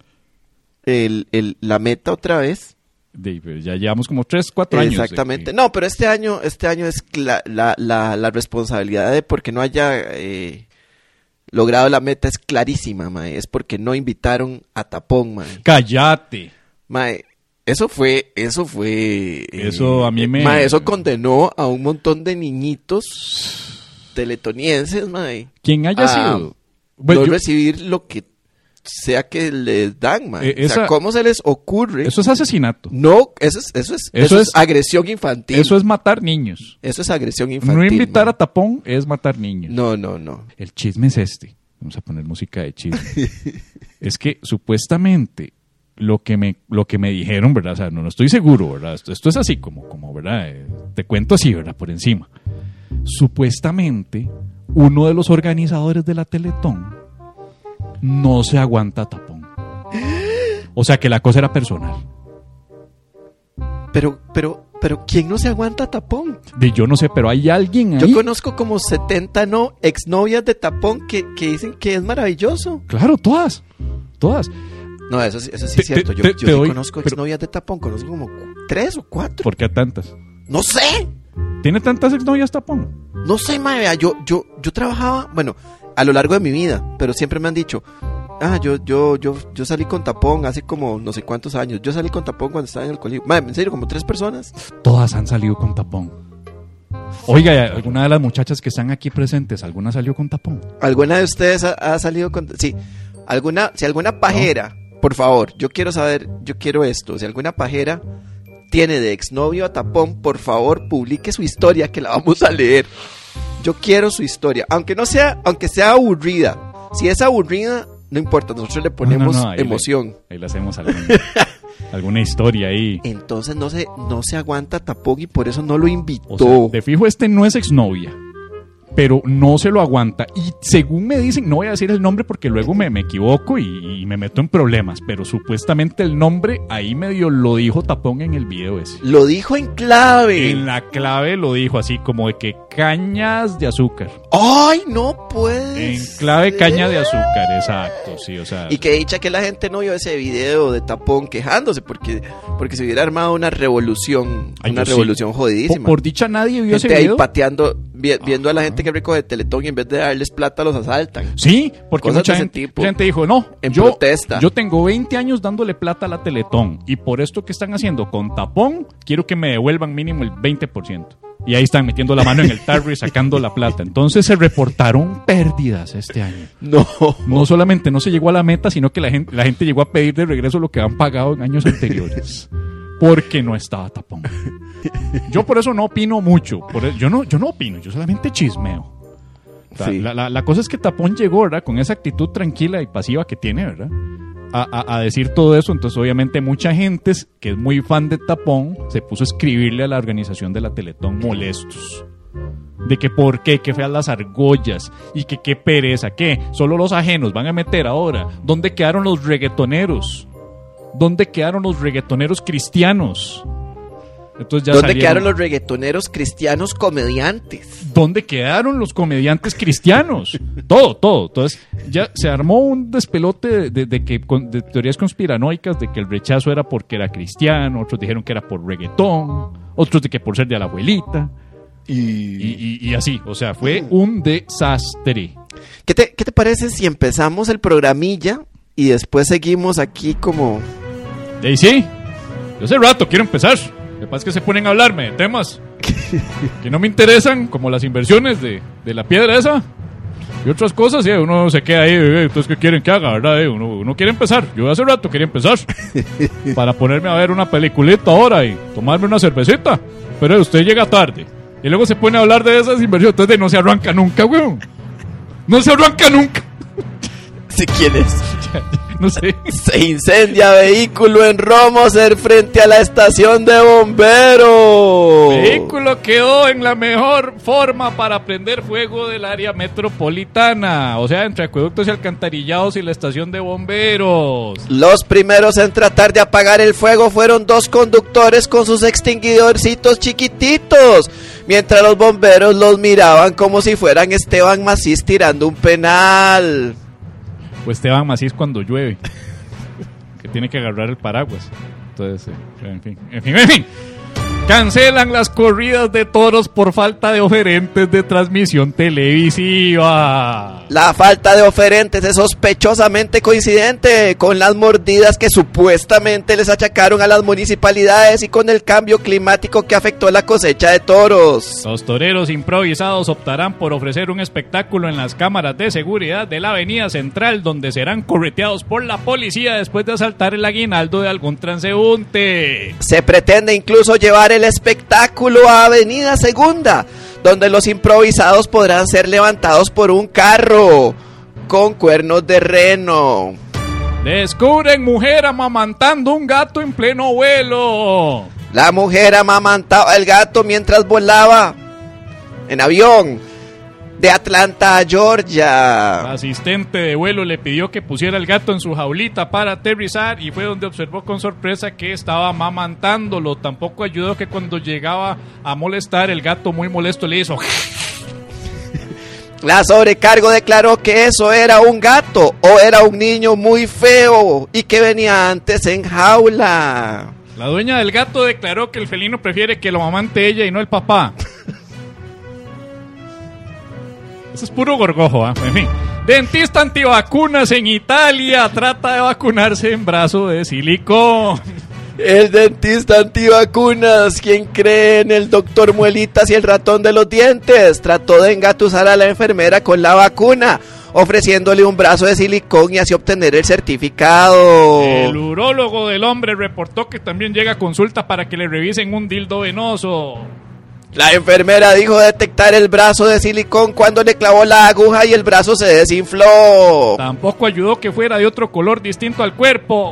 S1: el, el- la meta otra vez.
S2: De- pero ya llevamos como tres, cuatro años. de
S1: Exactamente.
S2: que-
S1: No, pero este año, este año es cla- la, la- la responsabilidad de porque no haya eh, logrado la meta es clarísima, mae. Es porque no invitaron a Tapón, mae.
S2: Cállate.
S1: Mae, eso fue, eso fue. eh,
S2: Eso a mí me-
S1: Mae, eso condenó a un montón de niñitos teletonienses, mae.
S2: Quien haya
S1: Ah,
S2: sido.
S1: no
S2: Bueno, Pues yo-
S1: recibir lo que sea que les dan, mae.
S2: Eh,
S1: o sea,
S2: esa-
S1: ¿cómo se les ocurre?
S2: eso es asesinato.
S1: No, eso es, eso es,
S2: Eso
S1: eso es
S2: es-
S1: agresión infantil.
S2: Eso es matar niños.
S1: Eso es agresión infantil.
S2: no invitar
S1: mae.
S2: a tapón es matar niños.
S1: No, no, no.
S2: El chisme es este. Vamos a poner música de chisme. es que supuestamente lo que me lo que me dijeron, ¿verdad? O sea, no, no estoy seguro, ¿verdad? Esto, esto es así como como, ¿verdad? Eh, te cuento así, ¿verdad? Por encima. Supuestamente uno de los organizadores de la Teletón no se aguanta tapón. O sea, que la cosa era personal.
S1: Pero, pero, pero, ¿quién no se aguanta tapón?
S2: De yo no sé, pero hay alguien ahí.
S1: Yo conozco como 70 no, exnovias de tapón que, que dicen que es maravilloso.
S2: Claro, todas. Todas.
S1: No, eso, sí- eso sí
S2: Te-
S1: es cierto.
S2: te-
S1: Yo,
S2: te-
S1: yo
S2: te
S1: sí
S2: doy-
S1: conozco
S2: pero-
S1: exnovias de tapón, conozco como cu- tres o cuatro.
S2: ¿Por qué a tantas?
S1: No sé,
S2: ¿Tiene tantas exnovias tapón?
S1: no sé, madre. vea, Yo, yo, yo trabajaba, bueno, a lo largo de mi vida, pero siempre me han dicho, ah, yo, yo, yo, yo salí con tapón hace como no sé cuántos años. Yo salí con tapón cuando estaba en el colegio. Madre, en serio, como tres personas.
S2: Todas han salido con tapón. Oiga, ¿y ¿alguna de las muchachas que están aquí presentes, alguna salió con tapón?
S1: ¿Alguna de ustedes ha, ha salido con.? Sí, alguna, si alguna pajera, por favor, yo quiero saber, yo quiero esto. Si alguna pajera tiene de exnovio a tapón, por favor, publique su historia que la vamos a leer. Yo quiero su historia, aunque no sea, aunque sea aburrida. Si es aburrida, no importa, nosotros le ponemos
S2: no, ahí le-
S1: emoción.
S2: Ahí le hacemos alguna, alguna historia ahí.
S1: Entonces no se, no se aguanta tapón y por eso no lo invitó.
S2: O sea, de fijo, este no es exnovia, pero no se lo aguanta. Y según me dicen, no voy a decir el nombre porque luego me, me equivoco y, y me meto en problemas, pero supuestamente el nombre ahí medio lo dijo tapón en el video ese.
S1: Lo dijo en clave.
S2: En la clave lo dijo así, como de que cañas de azúcar.
S1: ¡Ay, no puede!
S2: En clave
S1: ser!
S2: caña de azúcar, exacto, sí, o sea.
S1: Y que dicha que la gente no vio ese video de tapón quejándose porque, porque se hubiera armado una revolución,
S2: Ay,
S1: una
S2: yo sí.
S1: revolución
S2: por,
S1: jodidísima.
S2: por dicha nadie vio
S1: gente
S2: ese
S1: ahí
S2: video. Ah.
S1: pateando, vi- viendo a la gente que recoge teletón y en vez de darles plata los asaltan.
S2: Sí, porque
S1: Cosas
S2: mucha
S1: de ese
S2: gente,
S1: tipo.
S2: gente dijo, no,
S1: En
S2: yo,
S1: protesta.
S2: yo tengo 20 años dándole plata a la Teletón y por esto que están haciendo con tapón, quiero que me devuelvan mínimo el 20%. Y ahí están metiendo la mano en el tarro y sacando la plata. Entonces se reportaron pérdidas este año.
S1: No. Oh.
S2: No solamente no se llegó a la meta, sino que la gente, la gente llegó a pedir de regreso lo que han pagado en años anteriores. Porque no estaba tapón. Yo por eso no opino mucho. por e- yo, no, yo no opino, yo solamente chismeo. O sea,
S1: Sí.
S2: la, la- la cosa es que Tapón llegó, ¿verdad? Con esa actitud tranquila y pasiva que tiene, ¿verdad? A, a- a decir todo eso. Entonces, obviamente, mucha gente es- que es muy fan de Tapón se puso a escribirle a la organización de la Teletón molestos. De que por qué, qué feas las argollas y que qué pereza, qué, solo los ajenos van a meter ahora. ¿Dónde quedaron los reggaetoneros? ¿Dónde quedaron los reggaetoneros cristianos? Entonces ya
S1: ¿Dónde
S2: salieron-
S1: quedaron los reggaetoneros cristianos comediantes?
S2: ¿Dónde quedaron los comediantes cristianos? Todo, todo. Entonces, ya se armó un despelote de, de- de que, con- de teorías conspiranoicas de que el rechazo era porque era cristiano, otros dijeron que era por reggaetón, otros de que por ser de la abuelita, y, y- y así. O sea, fue un desastre.
S1: ¿Qué te, ¿Qué te parece si empezamos el programilla y después seguimos aquí como...
S2: Y ahí sí, yo hace rato quiero empezar. Lo que pasa es que se ponen a hablarme de temas que no me interesan, como las inversiones de, de la piedra esa y otras cosas. Y uno se queda ahí, eh, entonces, ¿qué quieren que haga? verdad? Eh, Uno, uno quiere empezar. Yo hace rato quería empezar para ponerme a ver una peliculita ahora y tomarme una cervecita. Pero usted llega tarde. Y luego se pone a hablar de esas inversiones. Entonces no se arranca nunca, weón. No se arranca nunca.
S1: Si quieres.
S2: No sé.
S1: Se incendia vehículo en Romoser frente a la estación de bomberos.
S2: Vehículo quedó en la mejor forma para prender fuego del área metropolitana. O sea, entre acueductos y alcantarillados y la estación de bomberos.
S1: Los primeros en tratar de apagar el fuego fueron dos conductores con sus extinguidorcitos chiquititos, mientras los bomberos los miraban como si fueran Esteban Macís tirando un penal.
S2: O Pues Esteban Macís cuando llueve. que tiene que agarrar el paraguas. Entonces, eh, en fin, en fin, en fin. Cancelan las corridas de toros por falta de oferentes de transmisión televisiva.
S1: La falta de oferentes es sospechosamente coincidente con las mordidas que supuestamente les achacaron a las municipalidades y con el cambio climático que afectó la cosecha de toros.
S2: Los toreros improvisados optarán por ofrecer un espectáculo en las cámaras de seguridad de la Avenida Central, donde serán correteados por la policía después de asaltar el aguinaldo de algún transeúnte.
S1: Se pretende incluso llevar el espectáculo a Avenida Segunda, donde los improvisados podrán ser levantados por un carro con cuernos de reno.
S2: Descubren mujer amamantando un gato en pleno vuelo.
S1: La mujer amamantaba al gato mientras volaba en avión de Atlanta a Georgia.
S2: Asistente de vuelo le pidió que pusiera el gato en su jaulita para aterrizar y fue donde observó con sorpresa que estaba amamantándolo. Tampoco ayudó que cuando llegaba a molestar, el gato muy molesto le hizo.
S1: La sobrecargo declaró que eso era un gato o era un niño muy feo y que venía antes en jaula.
S2: La dueña del gato declaró que el felino prefiere que lo amante ella y no el papá. Eso es puro gorgojo, ¿ah? en fin. Dentista antivacunas en Italia trata de vacunarse en brazo de silicón.
S1: El dentista antivacunas, quien cree en el doctor Muelitas y el ratón de los dientes, trató de engatusar a la enfermera con la vacuna, ofreciéndole un brazo de silicón y así obtener el certificado.
S2: El urólogo del hombre reportó que también llega a consulta para que le revisen un dildo venoso.
S1: La enfermera dijo detectar el brazo de silicón cuando le clavó la aguja y el brazo se desinfló.
S2: Tampoco ayudó que fuera de otro color distinto al cuerpo.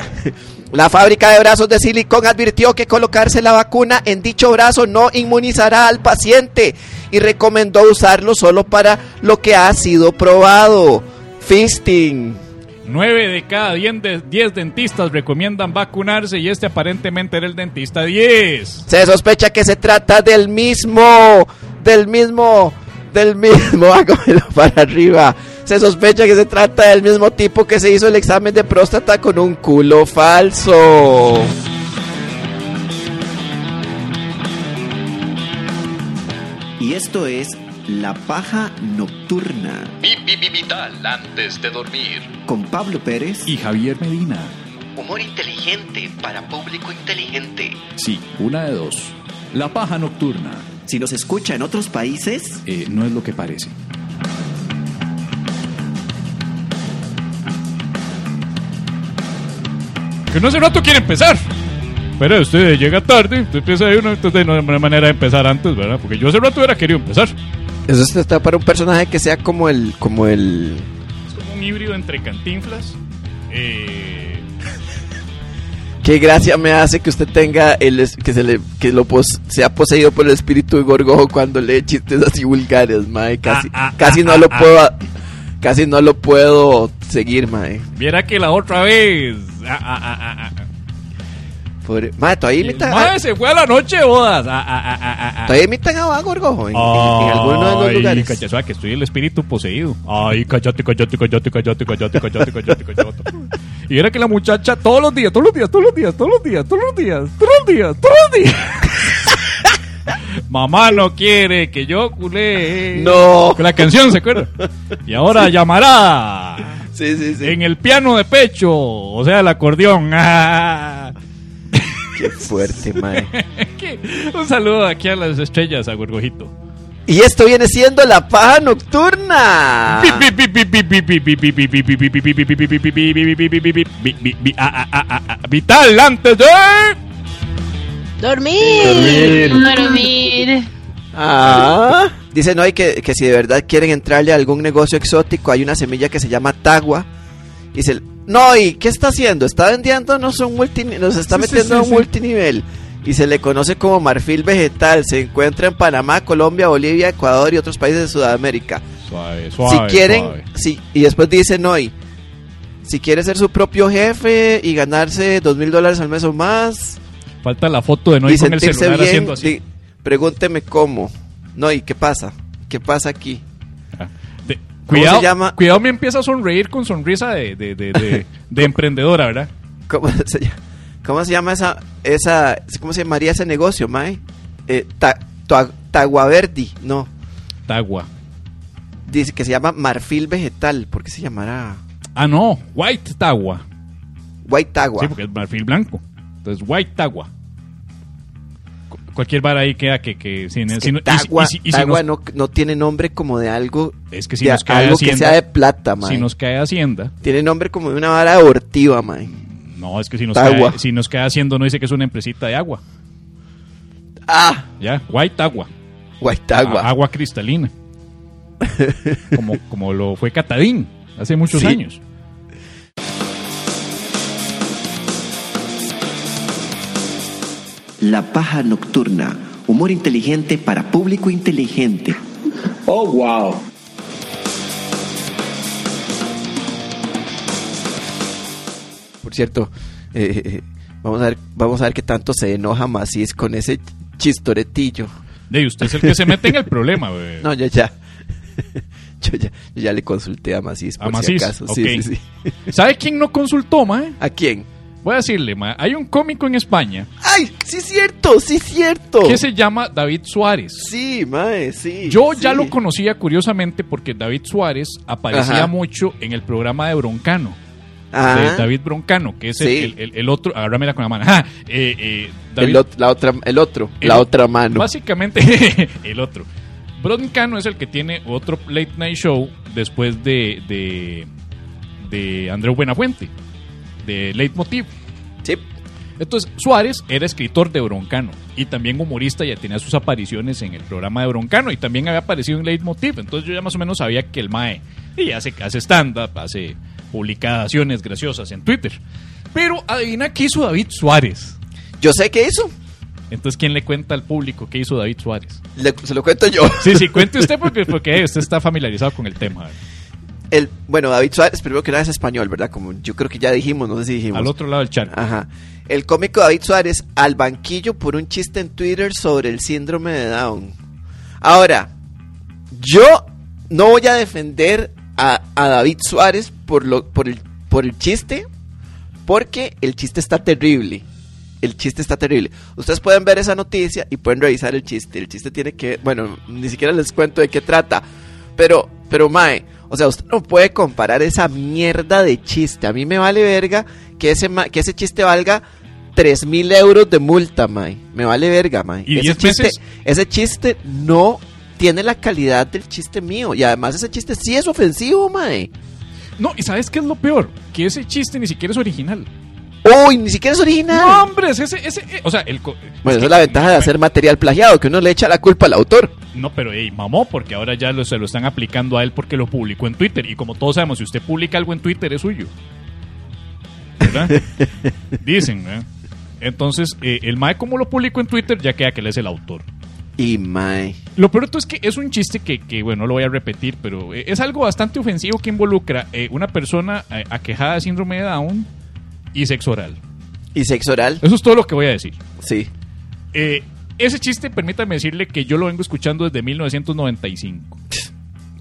S1: La fábrica de brazos de silicón advirtió que colocarse la vacuna en dicho brazo no inmunizará al paciente y recomendó usarlo solo para lo que ha sido probado. Fisting.
S2: 9 de cada 10, de- 10 dentistas recomiendan vacunarse y este aparentemente era el dentista 10.
S1: Se sospecha que se trata del mismo, del mismo, del mismo, hágamelo para arriba. Se sospecha que se trata del mismo tipo que se hizo el examen de próstata con un culo falso.
S3: Y esto es La Paja Nocturna
S4: Bibi Vital antes de dormir.
S3: con Pablo Pérez.
S2: Y Javier Medina.
S5: Humor inteligente para público inteligente.
S2: Sí, una de dos. La paja nocturna eh,
S3: Si nos escucha en otros países,
S2: no es lo que parece. Que no hace rato quiere empezar. Pero usted llega tarde, usted empieza de una, entonces no hay manera de empezar antes, ¿verdad? Porque yo hace rato hubiera querido empezar.
S1: Eso se está para un personaje que sea como el, como el,
S2: Es como un híbrido entre cantinflas. Eh,
S1: Qué gracia me hace que usted tenga el es- que se le que lo pos- sea poseído por el espíritu de Gorgojo cuando lee chistes así vulgares, mae, casi
S2: Ah, ah,
S1: casi
S2: ah,
S1: no
S2: ah,
S1: lo
S2: ah.
S1: puedo a- casi no lo puedo seguir, mae.
S2: viera que la otra vez. Ah, ah, ah, ah, ah.
S1: Pobre- mae, todavía
S2: El
S1: imitan
S2: mae
S1: a,
S2: se fue a la noche de bodas. Ah, ah, ah, ah, ah, ah.
S1: todavía imitan a, a Gorgojo en, en- en alguno de los
S2: Ay,
S1: lugares.
S2: Calla, suave, que estoy el espíritu poseído. Ay, cállate, cállate, cállate, cállate, cállate, cállate, cállate, cállate. Y era que la muchacha todos los días, todos los días, todos los días, todos los días, todos los días, todos los días, todos los días. Mamá no quiere que yo culé.
S1: No.
S2: Con La canción, ¿se acuerda? Y ahora llamará
S1: Sí, sí, sí.
S2: en el piano de pecho, o sea, el acordeón. Ah.
S1: Qué fuerte, mae.
S2: ¿Qué? Un saludo aquí a las estrellas, a Gorgojito.
S1: Y esto viene siendo la paja nocturna.
S2: Vital antes de
S6: Dormir.
S7: Dormir.
S1: Ah. Dice no hay que, que si de verdad quieren entrarle a algún negocio exótico, hay una semilla que se llama tagua. Y se, no, ¿y qué está haciendo? Está vendiéndonos un multi, nos está
S2: Sí, sí,
S1: metiendo a
S2: sí,
S1: un
S2: sí.
S1: multinivel. Y se le conoce como marfil vegetal. Se encuentra en Panamá, Colombia, Bolivia, Ecuador y otros países de Sudamérica.
S2: Suave, suave.
S1: si quieren,
S2: suave.
S1: si- y después dice Noy, si quiere ser su propio jefe y ganarse dos mil dólares al mes o más
S2: Falta la foto de Noy
S1: y
S2: con el
S1: sentirse
S2: celular
S1: bien,
S2: haciendo así.
S1: di- pregúnteme cómo. Noy, ¿qué pasa? ¿Qué pasa aquí?
S2: De- cuidado,
S1: se llama?
S2: cuidado, me empieza a sonreír con sonrisa de, de, de, de- de emprendedora, ¿verdad?
S1: ¿Cómo se llama, cómo se llama esa, esa, cómo se llamaría ese negocio, mae? Eh, ta- Tua- Taguaverdi, no,
S2: Tagua.
S1: dice que se llama marfil vegetal, ¿por qué se llamará?
S2: Ah, no, White Tagua.
S1: White Tagua.
S2: Sí, porque es marfil blanco. Entonces, White Tagua. Cu- Cualquier bar ahí queda que, que si,
S1: Es
S2: si
S1: que
S2: no- y si- y
S1: Tagua,
S2: si- y si
S1: Tagua
S2: nos-
S1: no, no tiene nombre como de algo,
S2: es que si
S1: de
S2: nos cae
S1: algo que
S2: Hacienda,
S1: sea de plata, mae.
S2: si nos cae Hacienda,
S1: Tiene nombre como de una vara abortiva, mae.
S2: no, es que si nos,
S1: Tagua.
S2: cae, si nos cae Hacienda no dice que es una empresita de agua,
S1: Ah,
S2: ya, White Tagua,
S1: White
S2: A-
S1: Tagua.
S2: agua cristalina, como, como lo fue Catadín hace muchos
S1: Sí.
S2: años.
S3: La paja nocturna. Humor inteligente para público inteligente.
S8: Oh, wow.
S1: Por cierto, eh, vamos a ver, vamos a ver qué tanto se enoja Macís con ese chistoretillo.
S2: De usted es el que se mete en el problema, bebé.
S1: No, yo ya. Yo ya, yo ya le consulté a Macís por
S2: a Macís.
S1: si acaso. Sí,
S2: Ah, ok.
S1: sí, sí.
S2: ¿Sabe quién no consultó, mae?
S1: ¿A quién?
S2: Voy a decirle, mae. Hay un cómico en España
S1: ¡Ay! ¡Sí, cierto! ¡Sí, cierto!
S2: que se llama David Suárez.
S1: Sí, mae, Oh. sí.
S2: Yo ya
S1: sí.
S2: lo conocía curiosamente porque David Suárez aparecía
S1: Ajá.
S2: mucho en el programa de Broncano,
S1: Ajá.
S2: de David Broncano, que es el-
S1: Ah. Sí.
S2: el, el- el otro. Agárramela con la mano. Ajá, eh, eh,
S1: El,
S2: David,
S1: ot- la otra, el otro,
S2: el-
S1: la otra mano.
S2: Básicamente, el otro. Broncano es el que tiene otro late night show después de, de, de Andreu Buenafuente, de Leitmotiv.
S1: Sí.
S2: Entonces, Suárez era escritor de Broncano y también humorista, ya tenía sus apariciones en el programa de Broncano y también había aparecido en Leitmotiv. Entonces, yo ya más o menos sabía que el Mae y hace, hace stand-up, hace publicaciones graciosas en Twitter. Pero adivina qué hizo David Suárez.
S1: Yo sé qué hizo.
S2: Entonces, ¿quién le cuenta al público qué hizo David Suárez?
S1: Le- se lo cuento yo.
S2: Sí, sí, cuente usted porque, porque usted está familiarizado con el tema.
S1: El, bueno, David Suárez, primero que nada es español, ¿verdad? Como yo creo que ya dijimos, no sé si dijimos.
S2: Al otro lado del charco.
S1: Ajá. El cómico David Suárez al banquillo por un chiste en Twitter sobre el síndrome de Down. Ahora, yo no voy a defender a, a David Suárez por, lo, por, el, por el chiste, porque el chiste está terrible. El chiste está terrible. Ustedes pueden ver esa noticia y pueden revisar el chiste. El chiste tiene que, bueno, ni siquiera les cuento de qué trata. Pero, pero Mae, o sea, usted no puede comparar esa mierda de chiste. A mí me vale verga que ese, ma- que ese chiste valga 3 mil euros de multa, Mae. Me vale verga, Mae.
S2: ¿Y
S1: ese,
S2: diez
S1: chiste,
S2: meses?
S1: ese chiste no tiene la calidad del chiste mío. Y además ese chiste sí es ofensivo, Mae.
S2: No, ¿y sabes qué es lo peor? Que ese chiste ni siquiera es original.
S1: Uy, ni siquiera es original.
S2: No, hombre, es ese, ese, eh, o sea, el... co-
S1: Bueno, esa
S2: que-
S1: es la ventaja de hacer material plagiado, que uno le echa la culpa al autor.
S2: No, pero ey, mamó, porque ahora ya lo- se lo están aplicando a él porque lo publicó en Twitter. Y como todos sabemos, si usted publica algo en Twitter es suyo. ¿Verdad? Dicen, ¿verdad? Entonces, eh, el Mae, como lo publicó en Twitter, ya queda que él es el autor.
S1: Y mae.
S2: Lo peor de todo es que es un chiste que, que, bueno, no lo voy a repetir, pero eh, es algo bastante ofensivo que involucra eh, una persona eh, aquejada de síndrome de Down y sexo oral.
S1: ¿Y sexo oral?
S2: Eso es todo lo que voy a decir.
S1: Sí.
S2: Eh, ese chiste, permítame decirle que yo lo vengo escuchando desde 1995.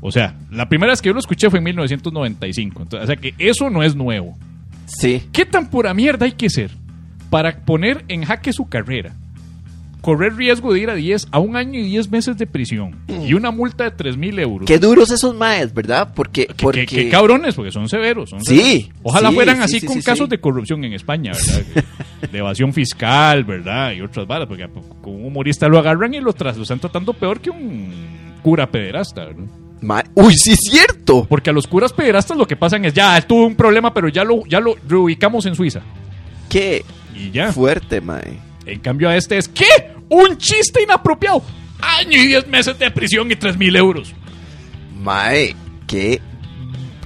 S2: O sea, la primera vez que yo lo escuché fue en 1995. Entonces, o sea que eso no es nuevo.
S1: Sí.
S2: ¿Qué tan pura mierda hay que ser para poner en jaque su carrera? Correr riesgo de ir a 10 a un año y 10 meses de prisión y una multa de 3 mil euros.
S1: Qué duros esos maes, ¿verdad? Porque.
S2: ¿Qué,
S1: porque...
S2: qué- qué cabrones, porque son severos. son
S1: Sí,
S2: severos. Ojalá
S1: sí,
S2: fueran
S1: sí,
S2: así
S1: sí,
S2: con
S1: sí,
S2: casos
S1: sí.
S2: de corrupción en España, ¿verdad? de evasión fiscal, ¿verdad? Y otras varas, porque con un humorista lo agarran y lo, tras- lo están tratando peor que un cura pederasta, ¿verdad?
S1: Ma- Uy, sí es cierto.
S2: Porque a los curas pederastas lo que pasan es, ya, él tuvo un problema, pero ya lo, ya lo reubicamos en Suiza.
S1: Qué
S2: Y ya.
S1: fuerte, mae.
S2: En cambio a este es, ¿qué? Un chiste inapropiado. Año y 10 meses de prisión y 3 mil euros.
S1: Mae, qué,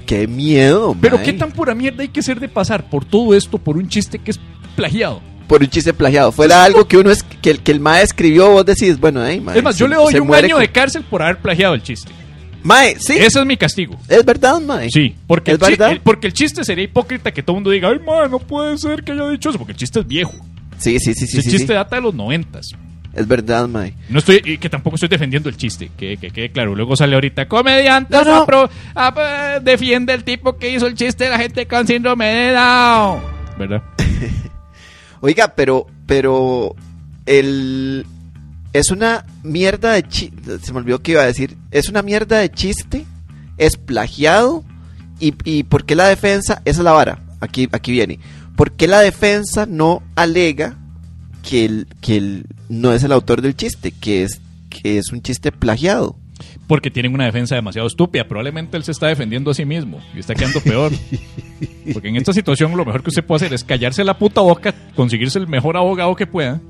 S1: qué miedo,
S2: Pero
S1: mae.
S2: qué tan pura mierda hay que ser de pasar por todo esto por un chiste que es plagiado.
S1: Por un chiste plagiado. Fuera algo que uno es, que, el- que el mae escribió, vos decís, bueno, ahí, mae.
S2: es más, yo
S1: se-
S2: le doy
S1: se
S2: un
S1: muere
S2: año
S1: con-
S2: de cárcel por haber plagiado el chiste.
S1: Mae, sí, es,
S2: Ese es mi castigo.
S1: verdad, mae.
S2: Sí, porque
S1: ¿Es
S2: el, chi-
S1: verdad?
S2: el- porque el chiste sería hipócrita que todo el mundo diga, ay, man, no puede ser que haya dicho eso, porque el chiste es viejo.
S1: Sí, sí, sí, sí,
S2: el
S1: sí,
S2: chiste
S1: sí.
S2: data de los noventas.
S1: Es verdad, mae.
S2: No estoy, y que tampoco estoy defendiendo el chiste, que que quede claro. Luego sale ahorita, comediante,
S1: No, no.
S2: apro- ap- defiende el tipo que hizo el chiste de la gente con síndrome de Down. ¿Verdad?
S1: Oiga, pero, pero el es una mierda de chiste, se me olvidó que iba a decir, es una mierda de chiste, es plagiado y, y ¿por qué la defensa? Esa es la vara, aquí, aquí viene. ¿Por qué la defensa no alega que el, que el no es el autor del chiste, que es, que es un chiste plagiado?
S2: Porque tienen una defensa demasiado estúpida. Probablemente él se está defendiendo a sí mismo y está quedando peor. Porque en esta situación lo mejor que usted puede hacer es callarse la puta boca, conseguirse el mejor abogado que pueda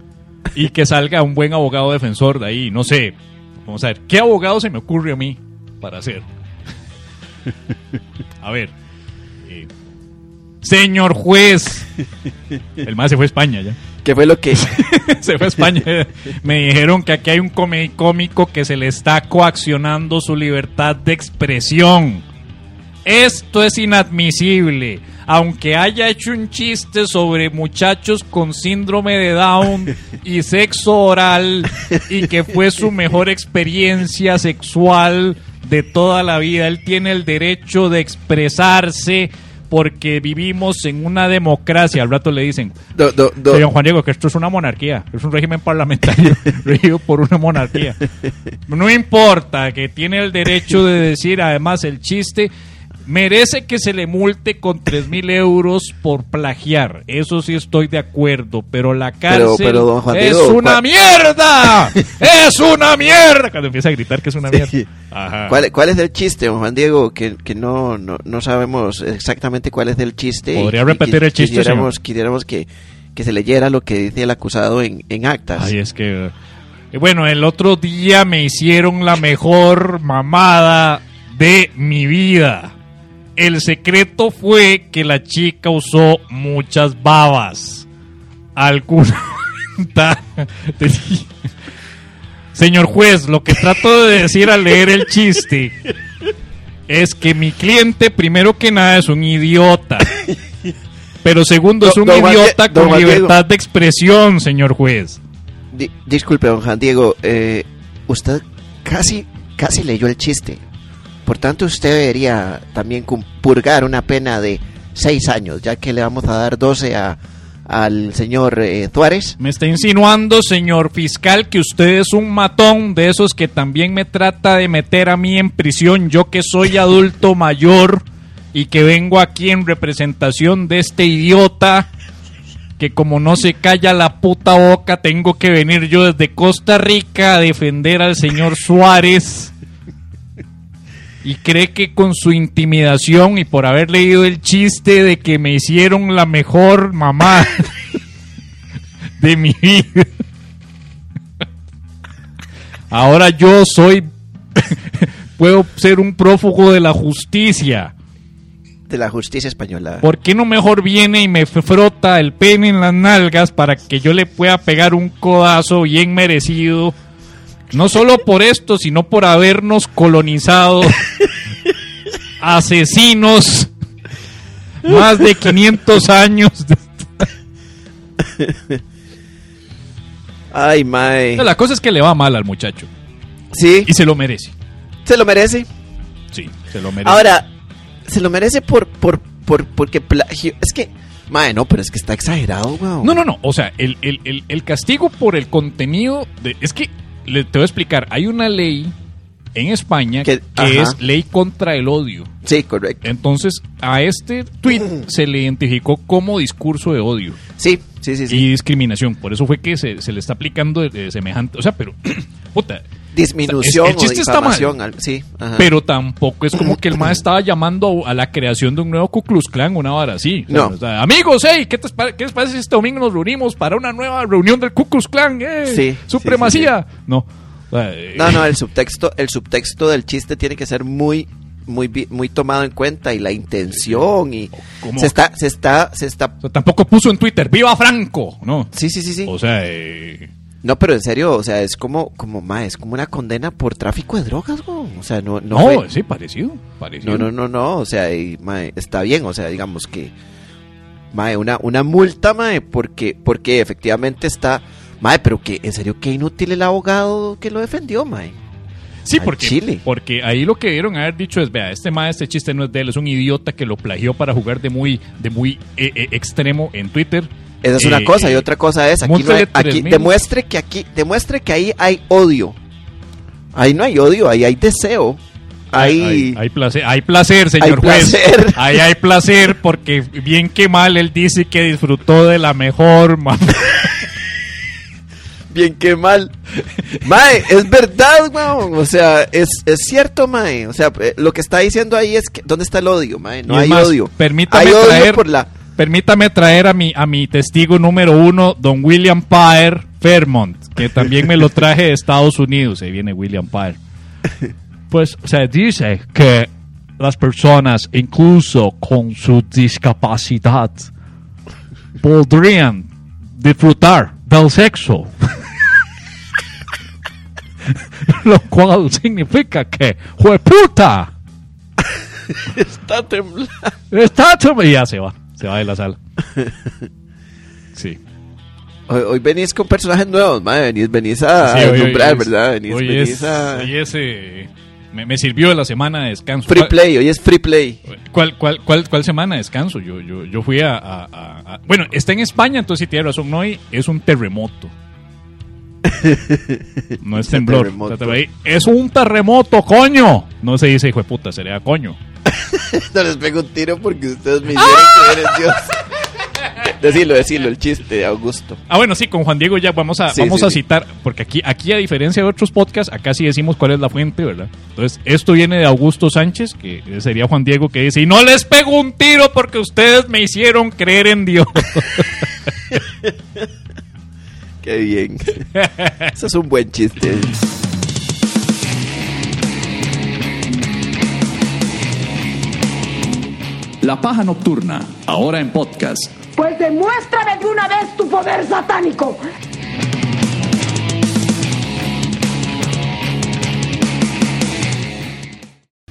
S2: y que salga un buen abogado defensor de ahí. No sé, vamos a ver, ¿qué abogado se me ocurre a mí para hacer? A ver. eh, señor juez. El más se fue a España ya
S1: ¿Qué fue lo que
S2: se fue a España. Me dijeron que aquí hay un come- cómico que se le está coaccionando su libertad de expresión. Esto es inadmisible. Aunque haya hecho un chiste sobre muchachos con síndrome de Down y sexo oral y que fue su mejor experiencia sexual de toda la vida, él tiene el derecho de expresarse porque vivimos en una democracia. Al rato le dicen,
S1: do- do- do-
S2: Señor Juan Diego, que esto es una monarquía, es un régimen parlamentario regido por una monarquía. No importa que tiene el derecho de decir, además, el chiste merece que se le multe con tres mil euros por plagiar. Eso sí estoy de acuerdo, pero la cárcel
S1: pero, don Juan
S2: es
S1: Diego,
S2: una
S1: ¿cuál-
S2: mierda, es una mierda. Cuando empieza a gritar que es una mierda.
S1: Sí.
S2: Ajá.
S1: ¿Cuál, ¿Cuál es el chiste, don Juan Diego? Que, que no, no, no sabemos exactamente cuál es el chiste.
S2: Podría repetir el chiste,
S1: Quisiéramos, quisiéramos que, que se leyera lo que dice el acusado en, en actas.
S2: Ay, es que. eh, Bueno, el otro día me hicieron la mejor mamada de mi vida. El secreto fue que la chica usó muchas babas. Alguna. ventaja tenía. Señor juez, lo que trato de decir al leer el chiste es que mi cliente, primero que nada, es un idiota. Pero segundo, es
S1: Don-
S2: un
S1: don Juan Die-
S2: idiota
S1: don
S2: con
S1: Juan Diego.
S2: libertad de expresión, señor juez.
S1: Di- disculpe, don Juan Diego, eh, usted casi, casi leyó el chiste. Por tanto, usted debería también cum- purgar una pena de seis años, ya que le vamos a dar 12 a- al señor eh, Suárez.
S2: Me está insinuando, señor fiscal, que usted es un matón de esos que también me trata de meter a mí en prisión, yo que soy adulto mayor y que vengo aquí en representación de este idiota que como no se calla la puta boca, tengo que venir yo desde Costa Rica a defender al señor Suárez. Y cree que con su intimidación y por haber leído el chiste de que me hicieron la mejor mamá de mi vida. Ahora yo soy. Puedo ser un prófugo de la justicia.
S1: De la justicia española.
S2: ¿Por qué no mejor viene y me frota el pene en las nalgas para que yo le pueda pegar un codazo bien merecido? No solo por esto, sino por habernos colonizado asesinos más de 500 años.
S1: Ay, mae.
S2: La cosa es que le va mal al muchacho
S1: Sí,
S2: y se lo merece.
S1: se lo merece.
S2: Sí, se lo merece.
S1: Ahora, se lo merece por, por, por, porque plagio. Es que, madre, no, pero es que está exagerado, weón.
S2: No, no, no. O sea, el, el- el- el castigo por el contenido de- es que le, te voy a explicar. Hay una ley en España
S1: Que-
S2: que,
S1: ajá.
S2: es ley contra el odio.
S1: Sí, correcto.
S2: Entonces, a este tweet se le identificó como discurso de odio
S1: Sí, sí, sí, sí.
S2: y discriminación. Por eso fue que se, se le está aplicando eh, semejante. O sea, pero. puta.
S1: Disminución
S2: el
S1: o
S2: chiste está mal.
S1: difamación. al- sí, ajá.
S2: Pero tampoco es como que el más estaba llamando a la creación de un nuevo Ku Klux Klan, una vara así. O sea,
S1: No.
S2: o sea, Amigos, hey, ¿qué, te pa- qué les parece si este domingo nos reunimos para una nueva reunión del Ku Klux Klan? eh?
S1: Sí, sí,
S2: Supremacía. No. O sea, eh,
S1: No, no, el subtexto, el subtexto del chiste tiene que ser muy, muy, vi- muy tomado en cuenta y la intención y
S2: ¿Cómo?
S1: se está, se está, se está.
S2: o sea, tampoco puso en Twitter, ¡Viva Franco! No.
S1: Sí, sí, sí, sí.
S2: O sea, eh,
S1: No, pero en serio, o sea, es como, como ma, es como una condena por tráfico de drogas, güey. O sea, no, no,
S2: no,
S1: fue-
S2: sí, parecido.
S1: no,
S2: parecido.
S1: no, no, no, o sea, y, ma, está bien, o sea, digamos que, ma, una, una multa, ma, porque, porque efectivamente está, ma, pero que, en serio, qué inútil el abogado que lo defendió, ma.
S2: Sí,
S1: Al
S2: porque,
S1: Chile.
S2: porque ahí lo que dieron haber dicho es, vea, este maestro, este chiste no es de él, es un idiota que lo plagió para jugar de muy, de muy eh, eh, extremo en Twitter.
S1: Esa es una
S2: Eh,
S1: cosa y otra cosa es, aquí, no hay-
S2: múltiple
S1: aquí
S2: 3000.
S1: demuestre que aquí, demuestre que ahí hay odio. Ahí no hay odio, ahí hay deseo. Ahí,
S2: Hay, hay placer, hay placer, señor
S1: Hay
S2: juez.
S1: placer.
S2: Ahí hay placer, porque bien que mal él dice que disfrutó de la mejor ma-
S1: bien que mal. Mae, es verdad, weón. O sea, es, es cierto, Mae. O sea, eh, lo que está diciendo ahí es que, ¿dónde está el odio, Mae? eh, No
S2: Y es
S1: hay
S2: más,
S1: odio.
S2: Permítame
S1: hay odio
S2: traer,
S1: por la...
S2: permítame traer a mi, a mi testigo número uno, don William Pyre Fairmont, que también me lo traje de Estados Unidos. Ahí viene William Pyre. Pues se dice que las personas, incluso con su discapacidad, podrían disfrutar del sexo. Lo cual significa que, ¡jueputa!
S1: Está temblando.
S2: Está chum- y ya se va, se va de la sala. Sí.
S1: Hoy, hoy venís con personajes nuevos, Mae. Venís, venís a, a nombrar, ¿verdad? Venís,
S2: hoy
S1: venís
S2: es,
S1: a...
S2: hoy es, eh, me, me sirvió de la semana de descanso.
S1: Free play, hoy es free play.
S2: ¿Cuál, cuál, cuál, cuál semana de descanso? Yo, yo, yo fui a, a- a- a- Bueno, está en España, entonces si tiene razón, no hay- es un terremoto. No
S1: Es
S2: es
S1: un
S2: temblor.
S1: terremoto.
S2: Trátalo ahí. Es un terremoto, coño. No se dice hijo de puta, sería coño.
S1: No les pego un tiro porque ustedes me hicieron creer en Dios. ¡Ah! Decilo, decilo, el chiste de Augusto.
S2: Ah, bueno, sí, con Juan Diego ya vamos a,
S1: Sí,
S2: vamos
S1: sí,
S2: a
S1: sí.
S2: citar, porque aquí, aquí, a diferencia de otros podcasts, acá sí decimos cuál es la fuente, ¿verdad? Entonces, esto viene de Augusto Sánchez, que sería Juan Diego, que dice, y no les pego un tiro porque ustedes me hicieron creer en Dios.
S1: Qué bien. Eso es un buen chiste.
S6: La Paja Nocturna, ahora en podcast.
S7: Pues demuéstrame de una vez tu poder satánico.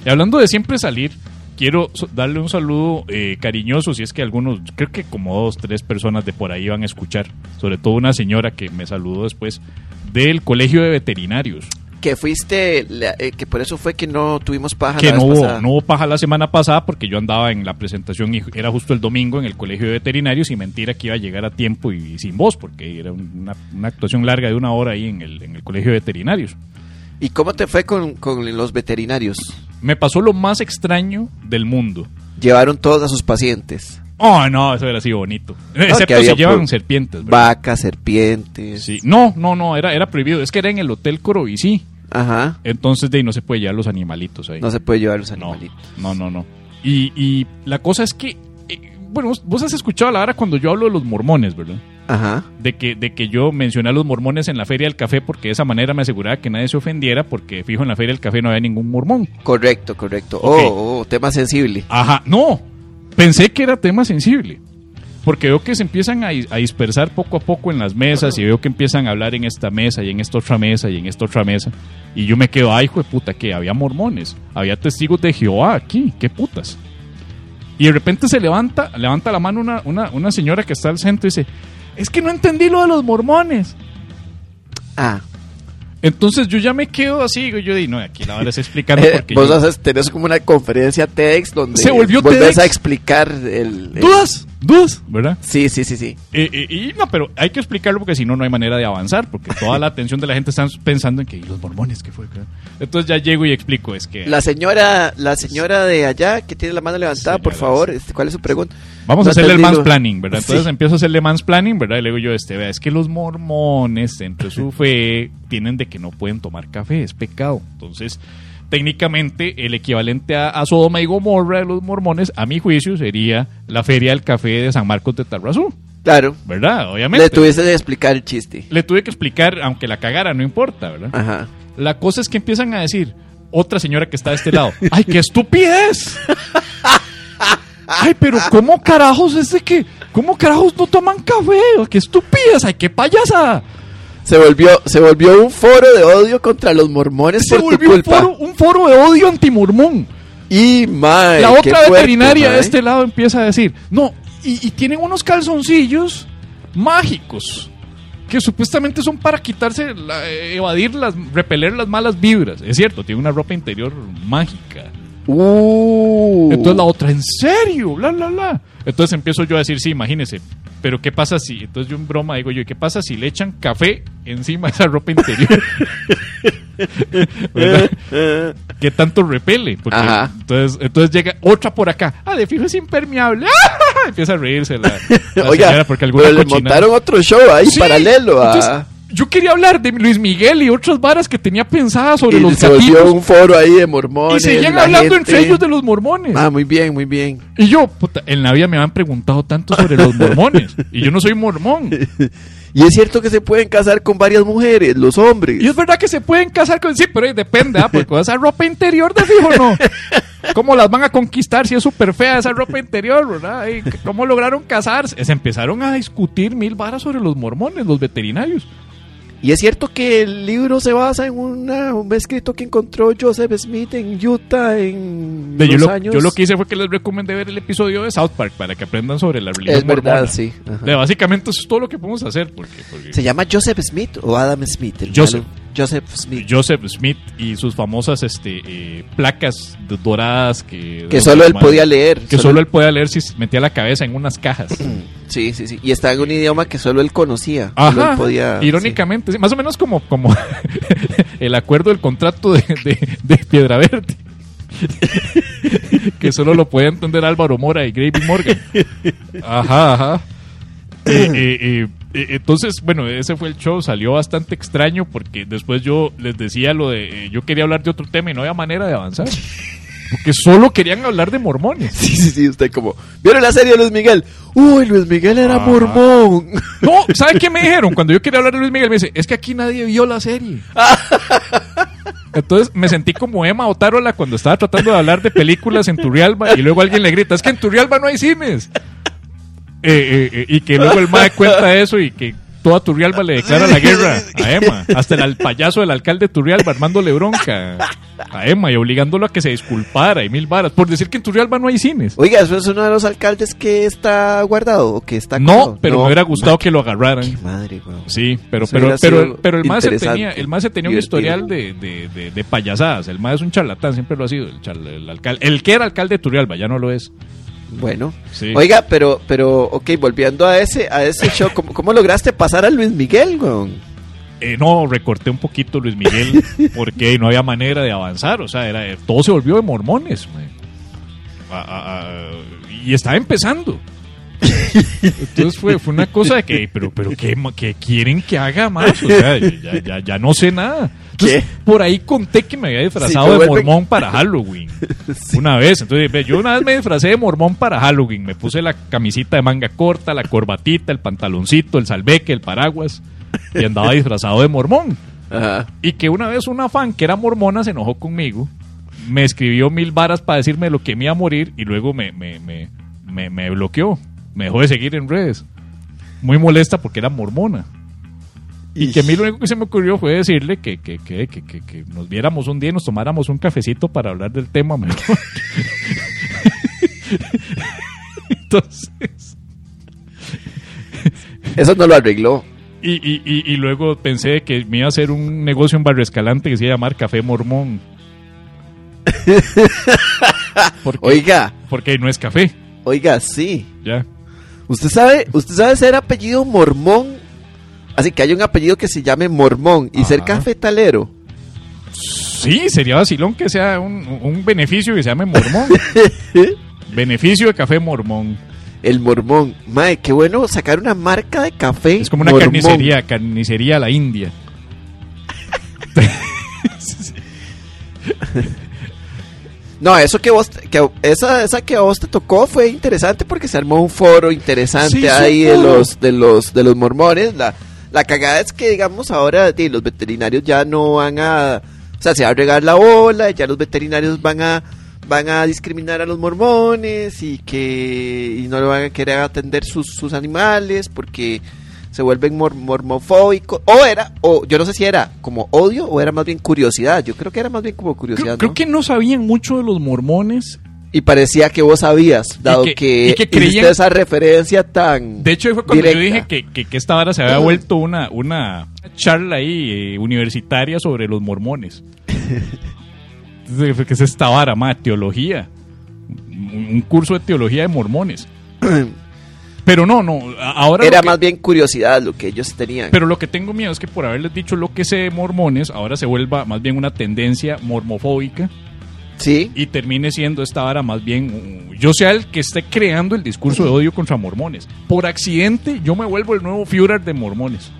S2: Y hablando de siempre salir, quiero so- darle un saludo eh, cariñoso, si es que algunos, creo que como dos, tres personas de por ahí van a escuchar, sobre todo una señora que me saludó después del Colegio de Veterinarios.
S1: Que fuiste, la- eh, que por eso fue que no tuvimos paja
S2: que
S1: la
S2: no
S1: vez
S2: hubo,
S1: pasada.
S2: no hubo paja la semana pasada porque yo andaba en la presentación y era justo el domingo en el colegio de veterinarios y mentira que iba a llegar a tiempo y, y sin voz porque era un- una, una actuación larga de una hora ahí en el, en el colegio de veterinarios.
S1: ¿Y cómo te fue con, con los veterinarios?
S2: Me pasó lo más extraño del mundo.
S1: Llevaron todos a sus pacientes.
S2: Oh, no, eso era así bonito.
S1: que
S2: Excepto si
S1: había
S2: llevan
S1: pu-
S2: serpientes. ¿verdad?
S1: Vacas, serpientes.
S2: Sí. No, no, no, era, era prohibido. Es que era en el Hotel Corobicí.
S1: Ajá.
S2: Entonces de ahí no se puede llevar los animalitos ahí.
S1: No se puede llevar los
S2: No,
S1: animalitos.
S2: no, no, no. Y, y la cosa es que, eh, bueno, vos- vos has escuchado la hora cuando yo hablo de los mormones, ¿verdad?
S1: Ajá.
S2: De que, de que yo mencioné a los mormones en la Feria del Café porque de esa manera me aseguraba que nadie se ofendiera porque fijo en la Feria del Café no había ningún mormón.
S1: Correcto, correcto.
S2: Ok.
S1: Oh, oh, tema sensible.
S2: Ajá, no, pensé que era tema sensible. Porque veo que se empiezan a, dis- a dispersar poco a poco en las mesas y veo que empiezan a hablar en esta mesa y en esta otra mesa y en esta otra mesa. Y yo me quedo, ay, hijo de puta, que había mormones, había testigos de Jehová aquí, qué putas. Y de repente se levanta, levanta la mano una, una, una señora que está al centro y dice, es que no entendí lo de los mormones.
S1: Ah,
S2: Entonces yo ya me quedo así, digo yo, y no, aquí la vara es explicando
S1: Eh,
S2: porque
S1: vos
S2: yo-
S1: haces- tenés como una conferencia TEDx donde
S2: Se volvió
S1: volvés
S2: TEDx.
S1: a explicar el, el-
S2: dudas, dudas, ¿verdad?
S1: Sí, sí, sí, sí.
S2: Eh, eh, y no, pero hay que explicarlo porque si no, no hay manera de avanzar, porque toda la atención de la gente está pensando en que "¿Y los mormones que fue. ¿Qué?". Entonces ya llego y explico, es que
S1: La señora, la señora de allá que tiene la mano levantada, por
S2: Señora,
S1: favor, este, ¿cuál es su pregunta?
S2: vamos
S1: No
S2: a hacerle el
S1: entendí lo-
S2: mansplaining, ¿verdad? Entonces
S1: Sí.
S2: empiezo a hacerle mansplaining, ¿verdad? Y le digo yo, este, vea, es que los mormones dentro de su fe tienen de que no pueden tomar café, es pecado. Entonces, técnicamente el equivalente a, a Sodoma y Gomorra de los mormones, a mi juicio, sería la feria del café de San Marcos de Tarrazú,
S1: Claro.
S2: ¿verdad? Obviamente.
S1: Le tuviste de explicar el chiste.
S2: Le tuve que explicar, aunque la cagara, no importa, ¿verdad?
S1: Ajá.
S2: La cosa es que empiezan a decir, otra señora que está de este lado, ¡ay, qué estupidez! ¡Ay, pero cómo carajos es de que, cómo carajos no toman café! ¡Qué estupidez! ¡Ay, qué payasa!
S1: Se volvió, se volvió un foro de odio contra los mormones
S2: Se
S1: por
S2: volvió
S1: tu
S2: un
S1: culpa.
S2: foro, un foro de odio antimormón.
S1: Y mae,
S2: la
S1: qué
S2: otra
S1: fuerte,
S2: veterinaria
S1: mae.
S2: de este lado empieza a decir, no, y, y tienen unos calzoncillos mágicos que supuestamente son para quitarse, la- evadir las, repeler las malas vibras. Es cierto, tiene una ropa interior mágica.
S1: Uh.
S2: Entonces la otra, ¿en serio? Bla, bla, bla. Entonces empiezo yo a decir, sí, imagínese, pero ¿qué pasa si? Entonces yo en broma digo yo, ¿y qué pasa si le echan café encima de esa ropa interior? ¿Verdad? ¿Qué tanto repele? Porque
S1: Ajá.
S2: entonces, entonces llega otra por acá, ah, de fijo es impermeable. ¡Ah! Empieza a reírse la, la
S1: Oiga,
S2: señora porque alguna
S1: pero le
S2: cochina-
S1: montaron otro show ahí
S2: Sí,
S1: paralelo a...
S2: entonces, yo quería hablar de Luis Miguel y otras varas que tenía pensadas sobre
S1: Y
S2: los
S1: se volvió
S2: gatitos.
S1: un foro ahí de mormones.
S2: Y seguían
S1: la
S2: hablando
S1: gente.
S2: entre ellos de los mormones.
S1: Ah, muy bien, muy bien.
S2: Y yo, puta, en la vida me han preguntado tanto sobre los mormones. y yo no soy mormón.
S1: Y es cierto que se pueden casar con varias mujeres, los hombres.
S2: Y es verdad que se pueden casar con. Sí, pero eh, depende, ¿ah? Porque con esa ropa interior de fijo no. ¿Cómo las van a conquistar si es súper fea esa ropa interior, verdad? ¿Y c- ¿Cómo lograron casarse? Se empezaron a discutir mil varas sobre los mormones, los veterinarios.
S1: Y es cierto que el libro se basa en una, un escrito que encontró Joseph Smith en Utah en
S2: De- yo,
S1: los
S2: lo,
S1: años.
S2: yo lo que hice fue que les recomendé ver el episodio de South Park para que aprendan sobre la religión.
S1: Es verdad,
S2: mormona.
S1: sí, ajá.
S2: De- básicamente eso es todo lo que podemos hacer. Porque, porque
S1: ¿Se llama Joseph Smith o Adam Smith? el
S2: Joseph.
S1: malo? Joseph Smith.
S2: Joseph Smith y sus famosas este, eh, placas de- doradas que,
S1: que solo él podía leer.
S2: Que solo él podía leer si se metía la cabeza en unas cajas.
S1: Sí, sí, sí. Y está en un idioma que solo él conocía. Solo
S2: Ajá.
S1: él podía. sí.
S2: irónicamente, sí, más o menos como, como el acuerdo del contrato de, de, de Piedra Verde. que solo lo puede entender Álvaro Mora y Gravy Morgan. Ajá, ajá. Eh, eh, eh, eh, entonces, bueno, ese fue el show. Salió bastante extraño porque después yo les decía lo de. eh, yo quería hablar de otro tema y no había manera de avanzar. Porque solo querían hablar de mormones.
S1: Sí, sí, sí. Usted como. ¿Vieron la serie de Luis Miguel? Uy, Luis Miguel era
S2: Ajá.
S1: mormón.
S2: No, ¿sabe qué me dijeron? Cuando yo quería hablar de Luis Miguel, me dice, es que aquí nadie vio la serie. Entonces me sentí como Emma Otárola cuando estaba tratando de hablar de películas en Turrialba y luego alguien le grita, es que en Turrialba no hay cines. Eh, eh, eh, y que luego el MAE cuenta eso y que toda Turrialba le declara la guerra a Emma. Hasta el, al- payaso del alcalde de Turrialba armándole bronca a Emma y obligándolo a que se disculpara y mil varas por decir que en Turrialba no hay cines.
S1: Oiga, ¿eso es uno de los alcaldes que está guardado o que está.
S2: No,
S1: acusado?
S2: pero me hubiera gustado que lo agarraran.
S1: Qué madre, weón.
S2: Sí, pero,
S1: Eso
S2: pero,
S1: hubiera
S2: pero,
S1: sido
S2: pero el más se tenía,
S1: interesante,
S2: el más se tenía un
S1: divertido.
S2: historial de, de, de- de payasadas. El más es un charlatán, siempre lo ha sido. El, chal- el alcalde, el que era alcalde de Turrialba, ya no lo es.
S1: Bueno,
S2: Sí.
S1: oiga, pero, pero, ok, volviendo a ese, a ese show, ¿cómo, cómo lograste pasar a Luis Miguel, weón?
S2: Eh, no, recorté un poquito Luis Miguel porque no había manera de avanzar. O sea, era, eh, todo se volvió de mormones. mae. A- a- a- y estaba empezando. Entonces fue, fue una cosa de que, pero, pero ¿qué, ma- qué quieren que haga más? O sea, ya, ya- ya no sé nada. Entonces, por ahí conté que me había disfrazado
S1: Sí,
S2: de
S1: me vuelve-
S2: mormón para Halloween. Una vez. Entonces, ve, yo una vez me disfracé de mormón para Halloween. Me puse la camisita de manga corta, la corbatita, el pantaloncito, el salveque, el paraguas. Y andaba disfrazado de mormón.
S1: Pues, Ajá.
S2: Y que una vez una fan que era mormona se enojó conmigo, me escribió mil varas para decirme lo que me iba a morir y luego me, me, me, me, me bloqueó, me dejó de seguir en redes. Muy molesta porque era mormona. Y que a mí lo único que se me ocurrió fue decirle que, que, que, que, que, que nos viéramos un día y nos tomáramos un cafecito para hablar del tema mejor. Entonces,
S1: Eso no lo arregló.
S2: Y, y- y- y luego pensé que me iba a hacer un negocio en Barrio Escalante que se iba a llamar Café Mormón. porque,
S1: Oiga,
S2: porque no es café,
S1: oiga, sí.
S2: ya.
S1: Usted sabe, usted sabe ser apellido mormón. Así que hay un apellido que se llame mormón y ser
S2: Ajá.
S1: cafetalero.
S2: Sí, sería vacilón que sea un, un beneficio que se llame Mormón. beneficio de Café Mormón.
S1: El mormón. Mae, qué bueno sacar una marca de café.
S2: Es como una
S1: mormón.
S2: carnicería, carnicería a la India.
S1: No, eso que vos, que esa, esa que a vos te tocó fue interesante porque se armó un foro interesante
S2: Sí, sí,
S1: ahí de
S2: un foro.
S1: los, de los, de los mormones. La, la cagada es que digamos ahora di, los veterinarios ya no van a, o sea, se va a regar la ola, ya los veterinarios van a, van a discriminar a los mormones y que y no le van a querer atender sus, sus animales porque se vuelven mor- mormofóbicos. O era, o yo no sé si era como odio o era más bien curiosidad. Yo creo que era más bien como curiosidad.
S2: Creo,
S1: ¿no?
S2: creo que no sabían mucho de los mormones.
S1: Y parecía que vos sabías, dado
S2: que-
S1: que,
S2: y que
S1: hiciste
S2: creían-
S1: esa referencia tan.
S2: De hecho, fue cuando yo dije
S1: directa.
S2: que, que- que esta vara se había vuelto una, una charla ahí eh, universitaria sobre los mormones. Entonces, fue que es esta vara, ma? Teología. Un, un curso de teología de mormones. Pero no, no. a- Ahora. lo
S1: Era
S2: que-
S1: más bien curiosidad lo que ellos tenían.
S2: Pero lo que tengo miedo es que por haberles dicho lo que sé de mormones, ahora se vuelva más bien una tendencia mormofóbica
S1: sí,
S2: y termine siendo esta vara más bien uh, yo sea el que esté creando el discurso de odio contra mormones. Por accidente yo me vuelvo el nuevo Führer de mormones.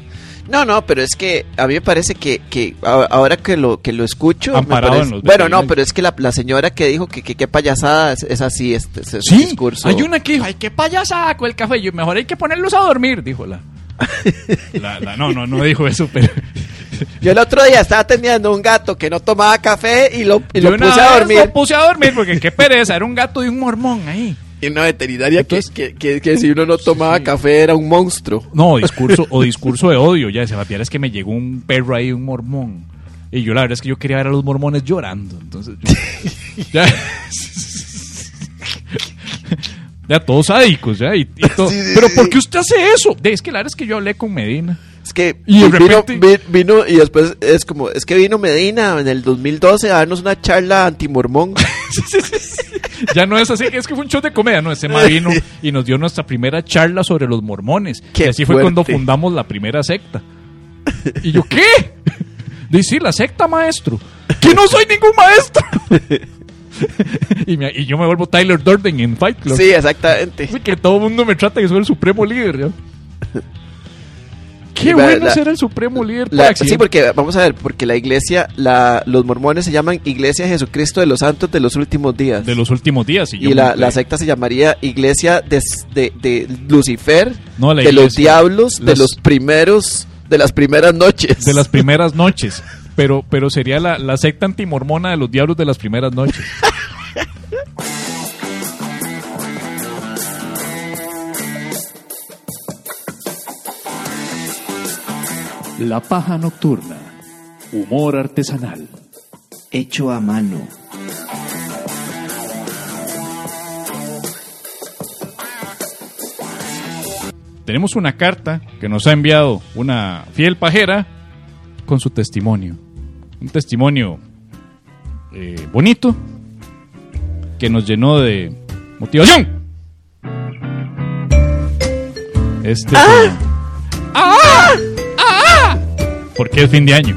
S1: no, no, pero es que a mí me parece que, que a- ahora que lo que lo escucho, me
S2: Amparado
S1: parece-
S2: en los
S1: bueno, no,
S2: veterinarios.
S1: pero es que la, la señora que dijo que que- qué payasada es, es así este, ese discurso.
S2: hay una que dijo, ay, qué payasaco el café, yo, mejor hay que ponerlos a dormir, dijo la... la- la- no, no, no dijo eso, pero...
S1: Yo el otro día estaba atendiendo un gato que no tomaba café y lo, y
S2: Yo
S1: lo
S2: una
S1: puse a
S2: vez pues.
S1: dormir.
S2: Lo puse a dormir porque qué pereza, era un gato de un mormón ahí.
S1: Y una veterinaria que, que, que- que si uno no tomaba café era un monstruo.
S2: No, discurso o discurso de odio. Ya se es que me llegó un perro ahí, un mormón. Y yo la verdad es que yo quería ver a los mormones llorando. Entonces, yo- ya, Ya, todos sádicos, ya. y- y todo. Pero ¿por qué usted hace eso? De- Es que la verdad es que yo hablé con Medina.
S1: Es que
S2: Y de
S1: vino,
S2: repente-
S1: vi- vino y después es como, es que vino Medina en el 2012 a darnos una charla antimormón.
S2: Ya no es así, es que fue un show de comedia, no, ese ma vino y nos dio nuestra primera charla sobre los mormones.
S1: Qué
S2: y así fue cuando
S1: fuerte.
S2: fundamos la primera secta. Y yo, ¿qué? Dice, sí, la secta maestro. Que no soy ningún maestro. y, me- y yo me vuelvo Tyler Durden en Fight Club.
S1: sí, exactamente.
S2: Así que todo el mundo me trata que soy el supremo líder. ¿ya? Qué
S1: Y va,
S2: bueno
S1: la-
S2: ser el supremo líder. por
S1: La-
S2: accidente.
S1: sí, porque vamos a ver, porque la iglesia, la, los mormones se llaman Iglesia de Jesucristo de los Santos de los Últimos Días.
S2: de los últimos días. yo
S1: y la,
S2: me-
S1: la secta se llamaría Iglesia de, de, de Lucifer,
S2: No, la
S1: de los
S2: iglesia-
S1: diablos, de
S2: las-
S1: los primeros, de las primeras noches.
S2: de las primeras noches. Pero, pero sería la, la secta antimormona de los diablos de las primeras noches.
S6: La paja nocturna. Humor artesanal.
S3: Hecho a mano.
S2: Tenemos una carta que nos ha enviado una fiel pajera con su testimonio. Un testimonio eh, bonito que nos llenó de motivación. Este. ¡Ah! Porque es fin de año.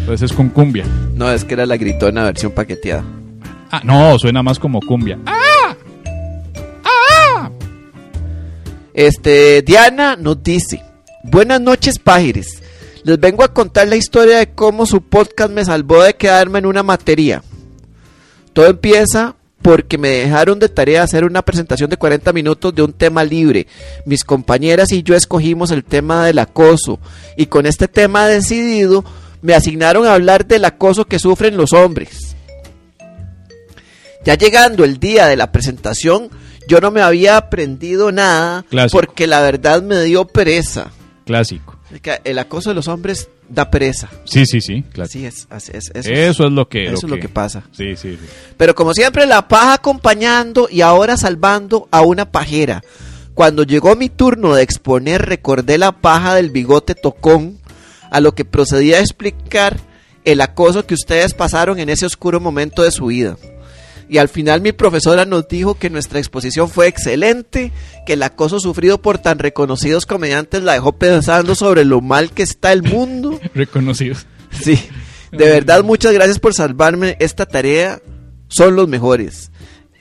S2: Entonces es con cumbia.
S1: No, es que era la gritona versión paqueteada.
S2: Ah, no, suena más como cumbia. Ah,
S1: Este, Diana nos dice, buenas noches páginas, les vengo a contar la historia de cómo su podcast me salvó de quedarme en una materia. Todo empieza porque me dejaron de tarea hacer una presentación de 40 minutos de un tema libre. Mis compañeras y yo escogimos el tema del acoso y con este tema decidido me asignaron a hablar del acoso que sufren los hombres. Ya llegando el día de la presentación, yo no me había aprendido nada
S2: Clásico.
S1: porque la verdad me dio pereza.
S2: Clásico.
S1: Es que El acoso de los hombres da pereza.
S2: Sí, sí, sí, claro.
S1: Así es, así es.
S2: eso,
S1: Eso,
S2: es, lo que...
S1: eso es lo que pasa.
S2: Sí, sí, sí.
S1: Pero como siempre, la paja acompañando y ahora salvando a una pajera. Cuando llegó mi turno de exponer, recordé la paja del bigote tocón, a lo que procedí a explicar el acoso que ustedes pasaron en ese oscuro momento de su vida. Y al final mi profesora nos dijo que nuestra exposición fue excelente, que el acoso sufrido por tan reconocidos comediantes la dejó pensando sobre lo mal que está el mundo.
S2: Reconocidos.
S1: Sí, de verdad muchas gracias por salvarme esta tarea. Son los mejores.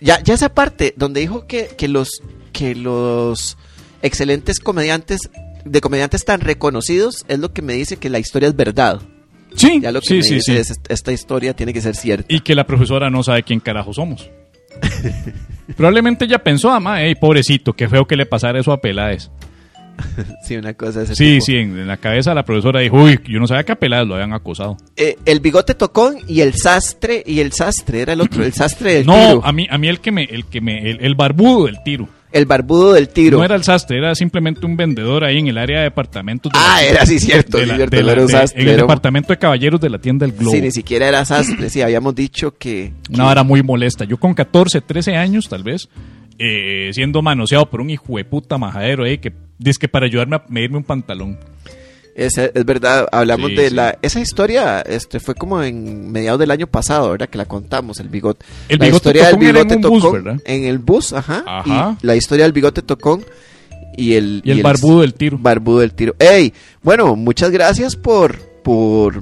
S1: Ya, ya esa parte donde dijo que, que los que los excelentes comediantes de comediantes tan reconocidos es lo que me dice que la historia es verdad.
S2: Sí,
S1: Ya lo que
S2: sí,
S1: me
S2: sí,
S1: dice
S2: sí.
S1: es esta historia tiene que ser cierta.
S2: Y que la profesora no sabe quién carajo somos. Probablemente ella pensó, ah, ma, ey, pobrecito, qué feo que le pasara eso a Peláez.
S1: Sí, una cosa de ese
S2: Sí,
S1: tipo.
S2: sí, en, en la cabeza la profesora dijo, uy, yo no sabía que a Peláez lo habían acosado.
S1: Eh, el bigote tocón y el sastre y el sastre era el otro, el sastre del
S2: no,
S1: tiro,
S2: a mí, a mí el que me, el que me, el, el barbudo del tiro.
S1: el barbudo del tiro.
S2: No era el sastre, era simplemente un vendedor ahí en el área de departamentos. de
S1: ah,
S2: la-
S1: era sí cierto,
S2: de
S1: sí,
S2: la-
S1: cierto,
S2: de
S1: no
S2: la-
S1: era un
S2: de-
S1: sastre,
S2: En el
S1: era un-
S2: departamento de caballeros de la tienda del Globo.
S1: Sí, ni siquiera era sastre, sí, habíamos dicho que
S2: Una vara muy molesta. Yo con 14, 13 años, tal vez, eh, siendo manoseado por un hijo de puta majadero, eh, que dice que para ayudarme a medirme un pantalón.
S1: Es, es verdad, hablamos
S2: Sí,
S1: de
S2: sí.
S1: la... Esa historia este, fue como en mediados del año pasado, ¿verdad? Que la contamos, el bigote.
S2: El
S1: la
S2: bigote
S1: historia
S2: tocón era en un bus,
S1: tocón
S2: ¿verdad?
S1: En el bus, ajá.
S2: Ajá.
S1: Y la historia del bigote tocón y el...
S2: Y el barbudo del tiro.
S1: Barbudo del tiro. ¡Ey! Bueno, muchas gracias por... por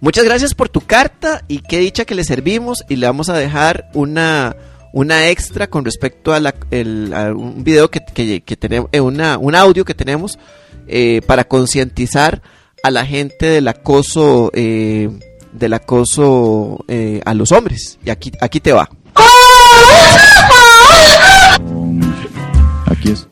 S1: Muchas gracias por tu carta y qué dicha que le servimos y le vamos a dejar una, una extra con respecto a, la, el- a un video que, que, que tenemos, eh, una, un audio que tenemos eh, para concientizar a la gente del acoso, eh, del acoso eh, a los hombres. Y aquí, aquí te va.
S8: Aquí es.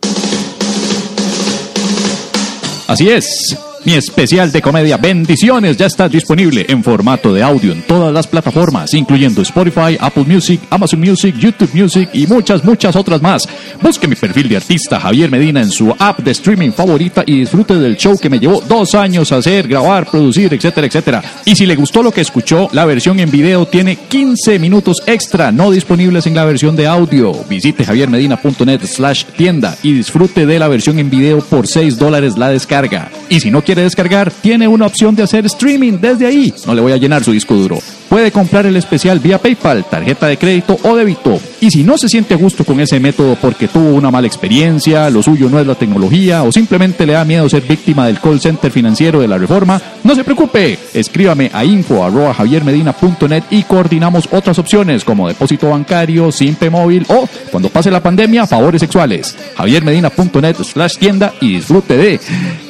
S6: Así es. Mi especial de comedia Bendiciones ya está disponible en formato de audio en todas las plataformas, incluyendo Spotify, Apple Music, Amazon Music, YouTube Music y muchas, muchas otras más. Busque mi perfil de artista Javier Medina en su app de streaming favorita y disfrute del show que me llevó dos años hacer, grabar, producir, etcétera, etcétera. Y si le gustó lo que escuchó, la versión en video tiene 15 minutos extra no disponibles en la versión de audio. Visite javiermedina.net slash tienda y disfrute de la versión en video por 6 dólares la descarga. Y si no quiere descargar, tiene una opción de hacer streaming desde ahí. No le voy a llenar su disco duro. Puede comprar el especial vía PayPal, tarjeta de crédito o débito. Y si no se siente a gusto con ese método porque tuvo una mala experiencia, lo suyo no es la tecnología o simplemente le da miedo ser víctima del call center financiero de la reforma, no se preocupe. Escríbame a info.javiermedina.net y coordinamos otras opciones como depósito bancario, simpe móvil o, cuando pase la pandemia, favores sexuales. javiermedina.net slash tienda y disfrute de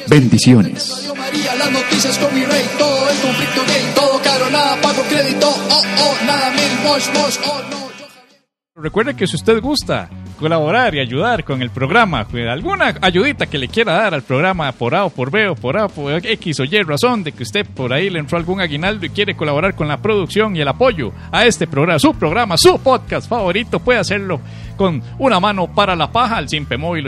S6: bendiciones.
S8: Radio María, las noticias con mi rey, todo el conflicto gay, todo caro, nada pago crédito, oh, oh, nada mil, mosh, mosh, oh, no. yo-
S2: Recuerde que si usted gusta colaborar y ayudar con el programa, pues, alguna ayudita que le quiera dar al programa por A o por B o por A o por X o Y razón de que usted por ahí le entró algún aguinaldo y quiere colaborar con la producción y el apoyo a este programa, su programa, su podcast favorito, puede hacerlo con una mano para la paja al Simpe Móvil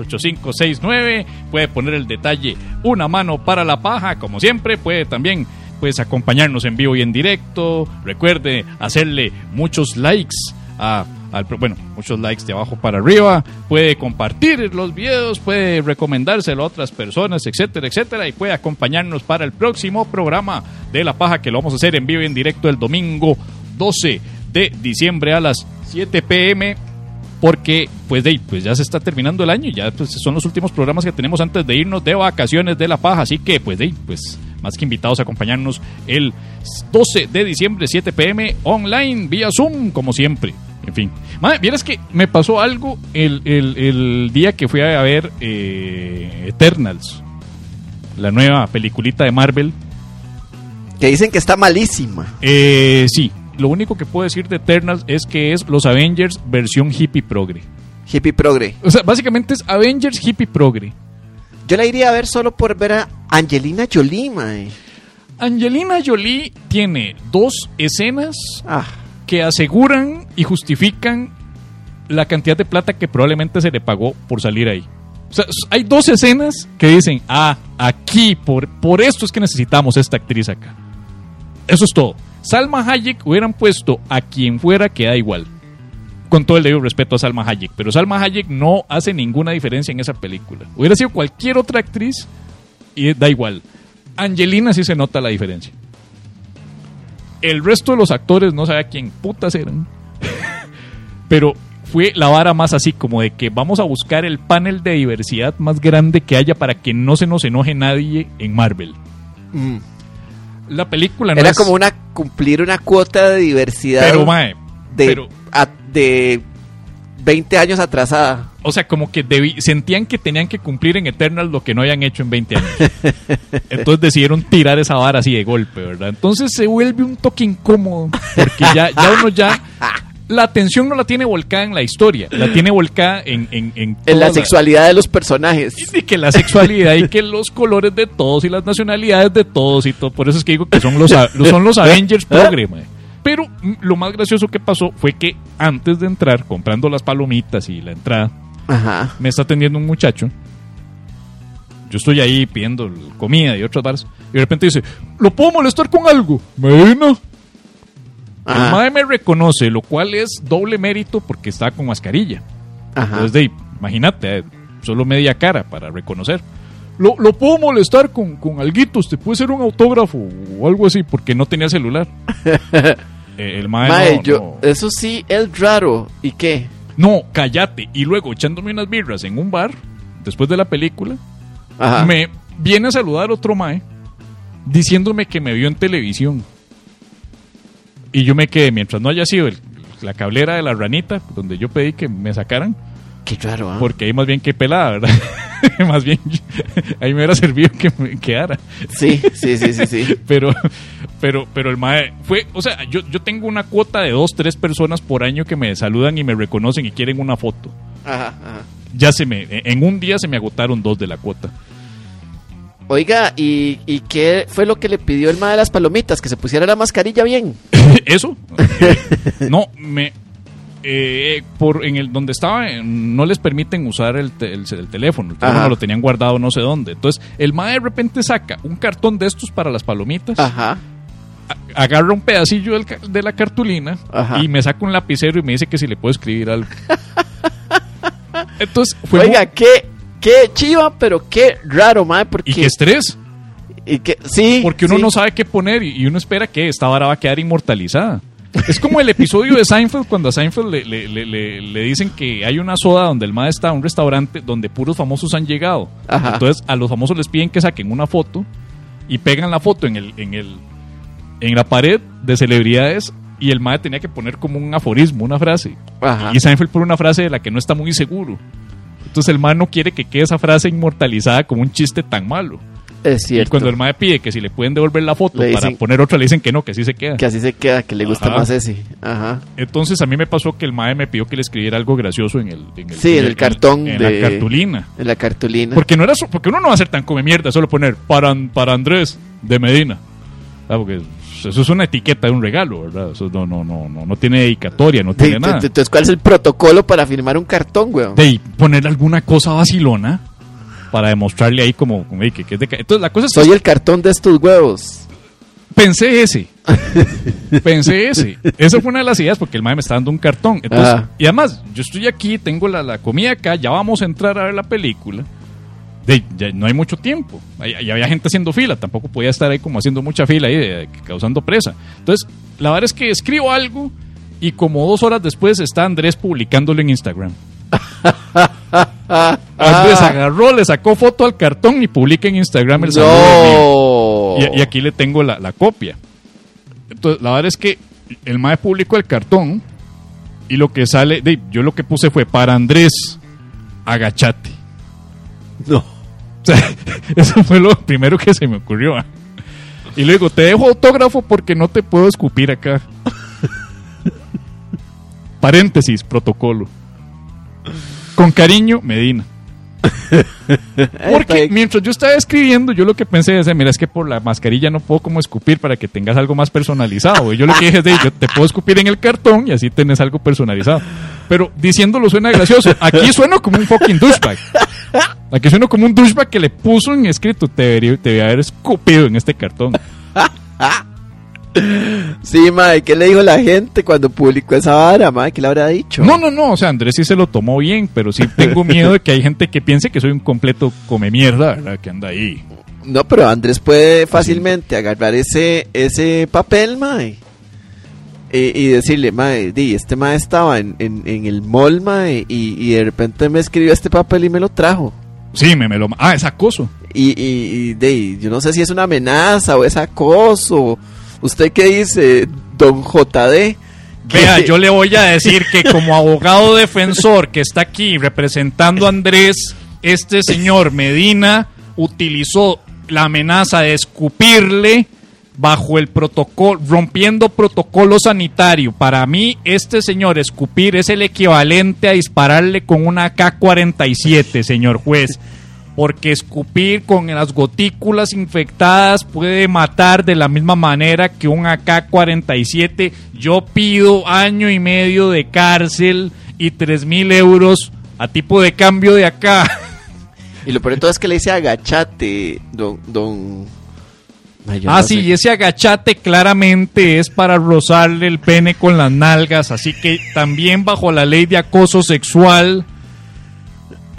S2: 8642-8569, puede poner el detalle una mano para la paja, como siempre, puede también puedes pues, acompañarnos en vivo y en directo. Recuerde hacerle muchos likes a, al pro- bueno, muchos likes de abajo para arriba. Puede compartir los videos, puede recomendárselo a otras personas, etcétera, etcétera. Y puede acompañarnos para el próximo programa de La Paja que lo vamos a hacer en vivo y en directo el domingo 12 de diciembre a las 7 pm porque pues de ahí, pues ya se está terminando el año y ya pues, son los últimos programas que tenemos antes de irnos de vacaciones de la paja así que pues de ahí, pues más que invitados a acompañarnos el 12 de diciembre 7 pm online vía zoom como siempre en fin madre vieras que me pasó algo el, el- el día que fui a ver eh, Eternals la nueva peliculita de Marvel
S1: Que dicen que está malísima.
S2: Eh, sí lo único que puedo decir de Eternals es que es los Avengers versión hippie progre
S1: Hippie Progre.
S2: o sea, básicamente es Avengers hippie progre.
S1: Yo la iría a ver solo por ver a Angelina Jolie, mae.
S2: Angelina Jolie tiene dos escenas
S1: Ah,
S2: que aseguran y justifican la cantidad de plata que probablemente se le pagó por salir ahí. O sea, s- hay dos escenas que dicen, ah, aquí, por, por esto es que necesitamos esta actriz acá. Eso es todo. Salma Hayek hubieran puesto a quien fuera que da igual. con todo el debido respeto a Salma Hayek, pero Salma Hayek no hace ninguna diferencia en esa película. Hubiera sido cualquier otra actriz y da igual. Angelina sí se nota la diferencia. El resto de los actores no sabía quién putas eran. pero fue la vara más así, como de que vamos a buscar el panel de diversidad más grande que haya para que no se nos enoje nadie en Marvel.
S1: Mm.
S2: La película no
S1: Era
S2: es-
S1: como una cumplir una cuota de diversidad
S2: Pero, mae,
S1: de,
S2: pero-
S1: a- de 20 años atrasada.
S2: O sea, como que debi- sentían que tenían que cumplir en Eternal lo que no habían hecho en 20 años. Entonces decidieron tirar esa vara así de golpe, ¿verdad? Entonces se vuelve un toque incómodo, porque ya, ya uno ya... La atención no la tiene volcada en la historia, la tiene volcada en... En, en
S1: En la
S2: toda la-
S1: sexualidad de los personajes.
S2: y que la sexualidad y que los colores de todos y las nacionalidades de todos y todo. Por eso es que digo que son los, a- los- son los Avengers Progre, mae. Pero mm, lo más gracioso que pasó fue que antes de entrar, comprando las palomitas y la entrada,
S1: Ajá.
S2: me está atendiendo un muchacho. Yo estoy ahí pidiendo comida y otras varas. Y de repente dice, ¿lo puedo molestar con algo? Bueno. El
S1: Ajá.
S2: mae me reconoce, lo cual es doble mérito porque está con mascarilla.
S1: Ajá.
S2: Entonces, de ahí, imagínate, eh, solo media cara para reconocer. Lo, lo puedo molestar con, con alguitos, te puede ser un autógrafo o algo así, porque no tenía celular. Eh, el mae,
S1: Mae,
S2: no,
S1: yo- eh.
S2: no.
S1: eso sí es raro. ¿Y qué?
S2: No, cállate. Y luego, echándome unas birras en un bar, después de la película,
S1: Ajá.
S2: me viene a saludar otro mae diciéndome que me vio en televisión. Y yo me quedé, mientras no haya sido el- la cablera de la ranita, donde yo pedí que me sacaran,
S1: Qué raro, ¿ah?
S2: porque ahí más bien que pelada, ¿verdad? más bien ahí me hubiera servido que me quedara.
S1: Sí, sí, sí, sí, sí.
S2: Pero, pero, pero el mae fue, o sea, yo, yo tengo una cuota de dos, tres personas por año que me saludan y me reconocen y quieren una foto.
S1: Ajá, ajá.
S2: Ya se me, en un día se me agotaron dos de la cuota.
S1: Oiga, ¿y, ¿y qué fue lo que le pidió el ma de las palomitas? Que se pusiera la mascarilla bien.
S2: Eso. eh, no, me. eh, por en el donde estaba eh, no les permiten usar el, te- el, el teléfono el teléfono
S1: Ajá.
S2: lo tenían guardado no sé dónde entonces el mae de repente saca un cartón de estos para las palomitas
S1: Ajá.
S2: agarra un pedacillo del ca- de la cartulina
S1: Ajá.
S2: y me saca un lapicero y me dice que si le puedo escribir algo. Entonces, fue
S1: Oiga,
S2: muy-
S1: qué, qué chiva, pero qué raro, mae, porque...
S2: y qué estrés,
S1: y que- sí,
S2: porque uno
S1: sí.
S2: no sabe qué poner y y uno espera que esta vara va a quedar inmortalizada. Es como el episodio de Seinfeld cuando a Seinfeld le, le- le- le- le dicen que hay una soda donde el mae está, un restaurante donde puros famosos han llegado.
S1: Ajá.
S2: Entonces a los famosos les piden que saquen una foto y pegan la foto en el, en el, en la pared de celebridades y el mae tenía que poner como un aforismo, una frase.
S1: Ajá.
S2: Y Seinfeld por una frase de la que no está muy seguro. Entonces el mae no quiere que quede esa frase inmortalizada como un chiste tan malo.
S1: Es
S2: Y
S1: cierto.
S2: cuando el mae pide que si le pueden devolver la foto
S1: Le
S2: para
S1: dicen-
S2: poner otra, le dicen que no, que así se queda.
S1: Que así se queda, que le gusta
S2: Ajá.
S1: más ese. Ajá.
S2: Entonces a mí me pasó que el mae me pidió que le escribiera algo gracioso en el, en
S1: Sí, en el cartón
S2: en
S1: de-
S2: la cartulina.
S1: En la cartulina.
S2: Porque no era su- porque uno no va a ser tan come mierda, solo poner para, An- para Andrés de Medina. Ah, porque eso es una etiqueta de un regalo, ¿verdad? Eso no, no, no, no, no tiene dedicatoria, no
S1: Sí,
S2: tiene nada.
S1: t- Entonces, ¿cuál es el protocolo para firmar un cartón, weón?
S2: de poner alguna cosa vacilona para demostrarle ahí como, como, "Ey, que, que es de ca-". entonces la cosa es que
S1: Soy el cartón de estos huevos.
S2: pensé ese pensé ese esa fue una de las ideas porque el mae me está dando un cartón entonces,
S1: Ajá.
S2: y además yo estoy aquí tengo la, la comida acá ya vamos a entrar a ver la película de, ya no hay mucho tiempo Ahí- ahí había gente haciendo fila tampoco podía estar ahí como haciendo mucha fila ahí de- causando presa entonces la verdad es que escribo algo y como dos horas después está Andrés publicándolo en Instagram Ah, Andrés
S1: Ah.
S2: agarró, le sacó foto al cartón y publica en Instagram el saludo de
S1: no.
S2: mí. Y, y aquí le tengo la, la copia. Entonces, la verdad es que el MAE publicó el cartón y lo que sale, de, yo lo que puse fue para Andrés, agachate.
S1: No.
S2: O sea, eso fue lo primero que se me ocurrió. ah. Y le digo, te dejo autógrafo porque no te puedo escupir acá. Paréntesis, protocolo. Con cariño, Medina. Porque mientras yo estaba escribiendo, yo lo que pensé es, "Eh, mira, es que por la mascarilla no puedo como escupir para que tengas algo más personalizado. Y yo lo que dije es, "Ey, yo te puedo escupir en el cartón y así tenés algo personalizado. Pero diciéndolo suena gracioso. Aquí sueno como un fucking douchebag. Aquí sueno como un douchebag que le puso en escrito, te debería, te debería haber escupido en este cartón.
S1: Sí, mae, ¿qué le dijo la gente cuando publicó esa vara, mae? ¿Qué le habrá dicho?
S2: No, no, no. O sea, Andrés sí se lo tomó bien, pero sí tengo miedo de que hay gente que piense que soy un completo come mierda, ¿verdad? Que anda ahí.
S1: No, pero Andrés puede fácilmente agarrar ese, ese papel, mae. Y, y decirle, mae, di, este mae estaba en, en- en el mall, mae, y, y de repente me escribió este papel y me lo trajo.
S2: Sí, me, me lo. Ah, es acoso.
S1: Y, y, y, di, yo no sé si es una amenaza o es acoso. ¿Usted qué dice, don JD?
S2: Vea,
S1: Que-
S2: yo le voy a decir que como abogado defensor que está aquí representando a Andrés, este señor Medina utilizó la amenaza de escupirle bajo el protocolo, rompiendo protocolo sanitario. Para mí, este señor escupir es el equivalente a dispararle con una K-47, señor juez. Porque escupir con las gotículas infectadas puede matar de la misma manera que un AK-47. Yo pido año y medio de cárcel y 3 mil euros a tipo de cambio de acá.
S1: Y lo peor de todo es que le dice agachate, don... don... Mae, yo
S2: ah,
S1: no
S2: sí,
S1: sé.
S2: y ese agachate claramente es para rozarle el pene con las nalgas. Así que también bajo la ley de acoso sexual.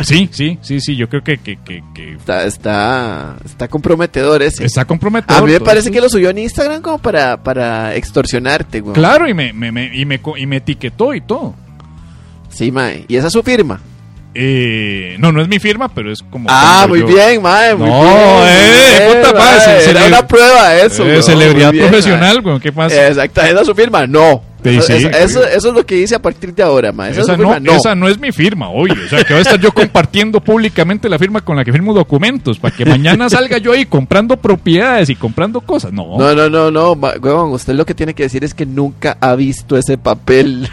S2: Sí, sí, sí, sí, yo creo que, que, que, que
S1: Está, está, está comprometedor ese.
S2: está comprometedor.
S1: A mí me
S2: todo
S1: parece
S2: esto.
S1: que lo subió en Instagram como para, para extorsionarte, güey.
S2: Claro, y me, me- me- y me, co- y me etiquetó y todo.
S1: Sí, mae. Y esa es su firma.
S2: Eh, no, no es mi firma, pero es como.
S1: ah,
S2: como
S1: muy
S2: yo-
S1: bien, mae. Muy
S2: No,
S1: bien,
S2: eh,
S1: muy bien,
S2: puta madre,
S1: mae,
S2: se-
S1: Era
S2: se-
S1: una prueba
S2: Eh,
S1: eso. güey,
S2: celebridad
S1: muy bien,
S2: profesional, güey. ¿Qué
S1: mae.
S2: pasa?
S1: Exacto, esa es su firma. No.
S2: Sí,
S1: eso,
S2: sí,
S1: eso-
S2: güey.
S1: eso- eso es lo que dice a partir de ahora, mae. Esa, es
S2: esa,
S1: su
S2: no,
S1: firma. No.
S2: esa no es mi firma, obvio. O sea, que voy a estar yo compartiendo públicamente la firma con la que firmo documentos para que mañana salga yo ahí comprando propiedades y comprando cosas. No.
S1: No, no, no, no, ma- huevón, usted lo que tiene que decir es que nunca ha visto ese papel.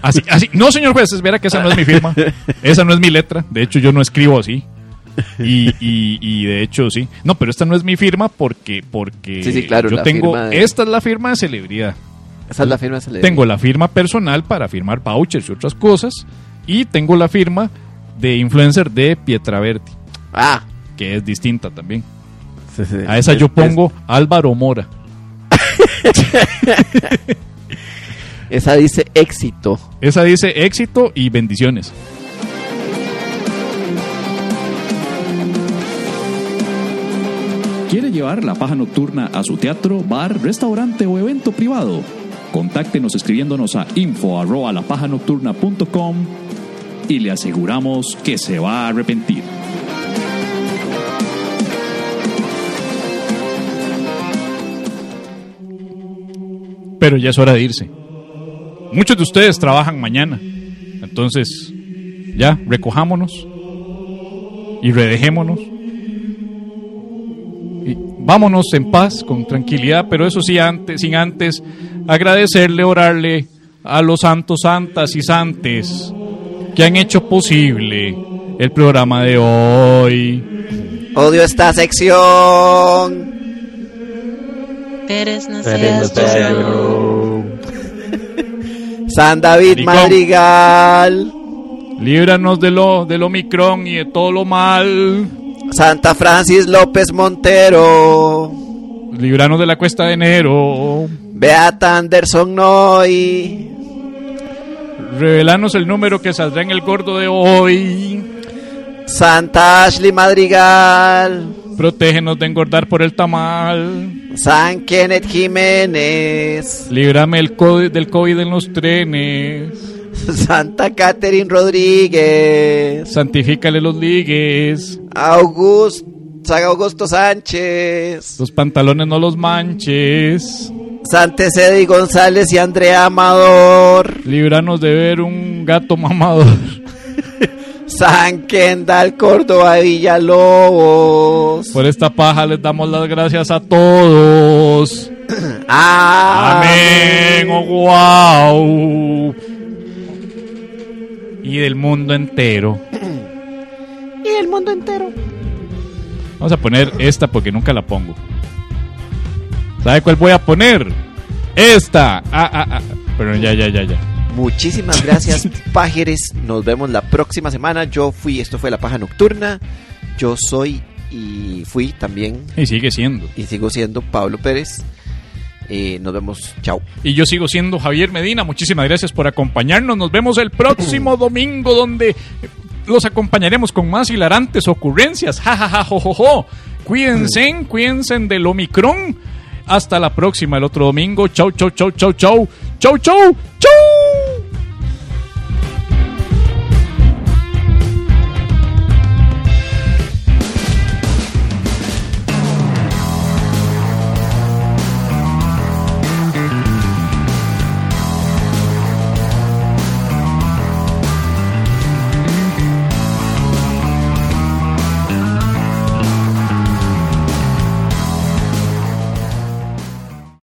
S2: Así, así. No, señor juez, espera que esa no es mi firma. Esa no es mi letra. De hecho, yo no escribo así. Y, y- y de hecho, sí. No, pero esta no es mi firma porque, porque
S1: Sí, sí, claro,
S2: yo
S1: la
S2: tengo.
S1: firma de-
S2: Esta es la firma de celebridad.
S1: Esa es la firma. esa le-
S2: Tengo la firma personal para firmar vouchers y otras cosas. Y tengo la firma de influencer de Pietraverti,
S1: Ah.
S2: que es distinta también. A esa yo
S1: Es-
S2: pongo Álvaro Mora.
S1: Esa dice éxito.
S2: Esa dice éxito y bendiciones.
S6: ¿Quiere llevar la paja nocturna a su teatro, bar, restaurante o evento privado? Contáctenos escribiéndonos a info arroba lapajanocturna.com y le aseguramos que se va a arrepentir.
S2: Pero ya es hora de irse. Muchos de ustedes trabajan mañana. Entonces, ya, recojámonos y redejémonos. Y vámonos en paz, con tranquilidad, pero eso sí, antes, sin antes agradecerle, orarle a los santos, santas y santes que han hecho posible el programa de hoy.
S1: Odio esta sección.
S9: Pérez, no seas chusma.
S1: San David
S2: Nicón.
S1: Madrigal,
S2: Líbranos de lo, del Omicron y de todo lo mal.
S1: Santa Francis López Montero,
S2: Libranos de la cuesta de enero.
S1: Beata Anderson Noy,
S2: Revelanos el número que saldrá en el gordo de hoy.
S1: Santa Ashley Madrigal,
S2: Protégenos de engordar por el tamal.
S1: San Kenneth Jiménez,
S2: Líbrame el COVID, del COVID en los trenes.
S1: Santa Catherine Rodríguez,
S2: Santifícale los ligues.
S1: Augusto, San Augusto Sánchez,
S2: Los pantalones no los manches.
S1: Santa Cedi González y Andrea Amador,
S2: Líbranos de ver un gato mamador.
S1: San Kendall Córdoba Villalobos.
S2: Por esta paja les damos las gracias a todos.
S1: Ah,
S2: Amén. Oh, wow. Y del mundo entero. Y del mundo entero. Vamos a poner esta porque nunca la pongo. ¿Sabe cuál voy a poner? Esta. Ah, ah, ah. Pero ya, ya, ya, ya.
S1: Muchísimas gracias, pájeres. Nos vemos la próxima semana. Yo fui, esto fue La Paja Nocturna. Yo soy y fui también
S2: Y sigue siendo.
S1: y sigo siendo Pablo Pérez. Eh, nos vemos. Chao.
S2: Y yo sigo siendo Javier Medina. Muchísimas gracias por acompañarnos. Nos vemos el próximo domingo donde eh, los acompañaremos con más hilarantes ocurrencias. Ja, ja, ja, jo, jo, jo. Cuídense, cuídense del Omicron. Hasta la próxima, el otro domingo. Chau, chau, chau, chau, chau. Chau, chau, chau.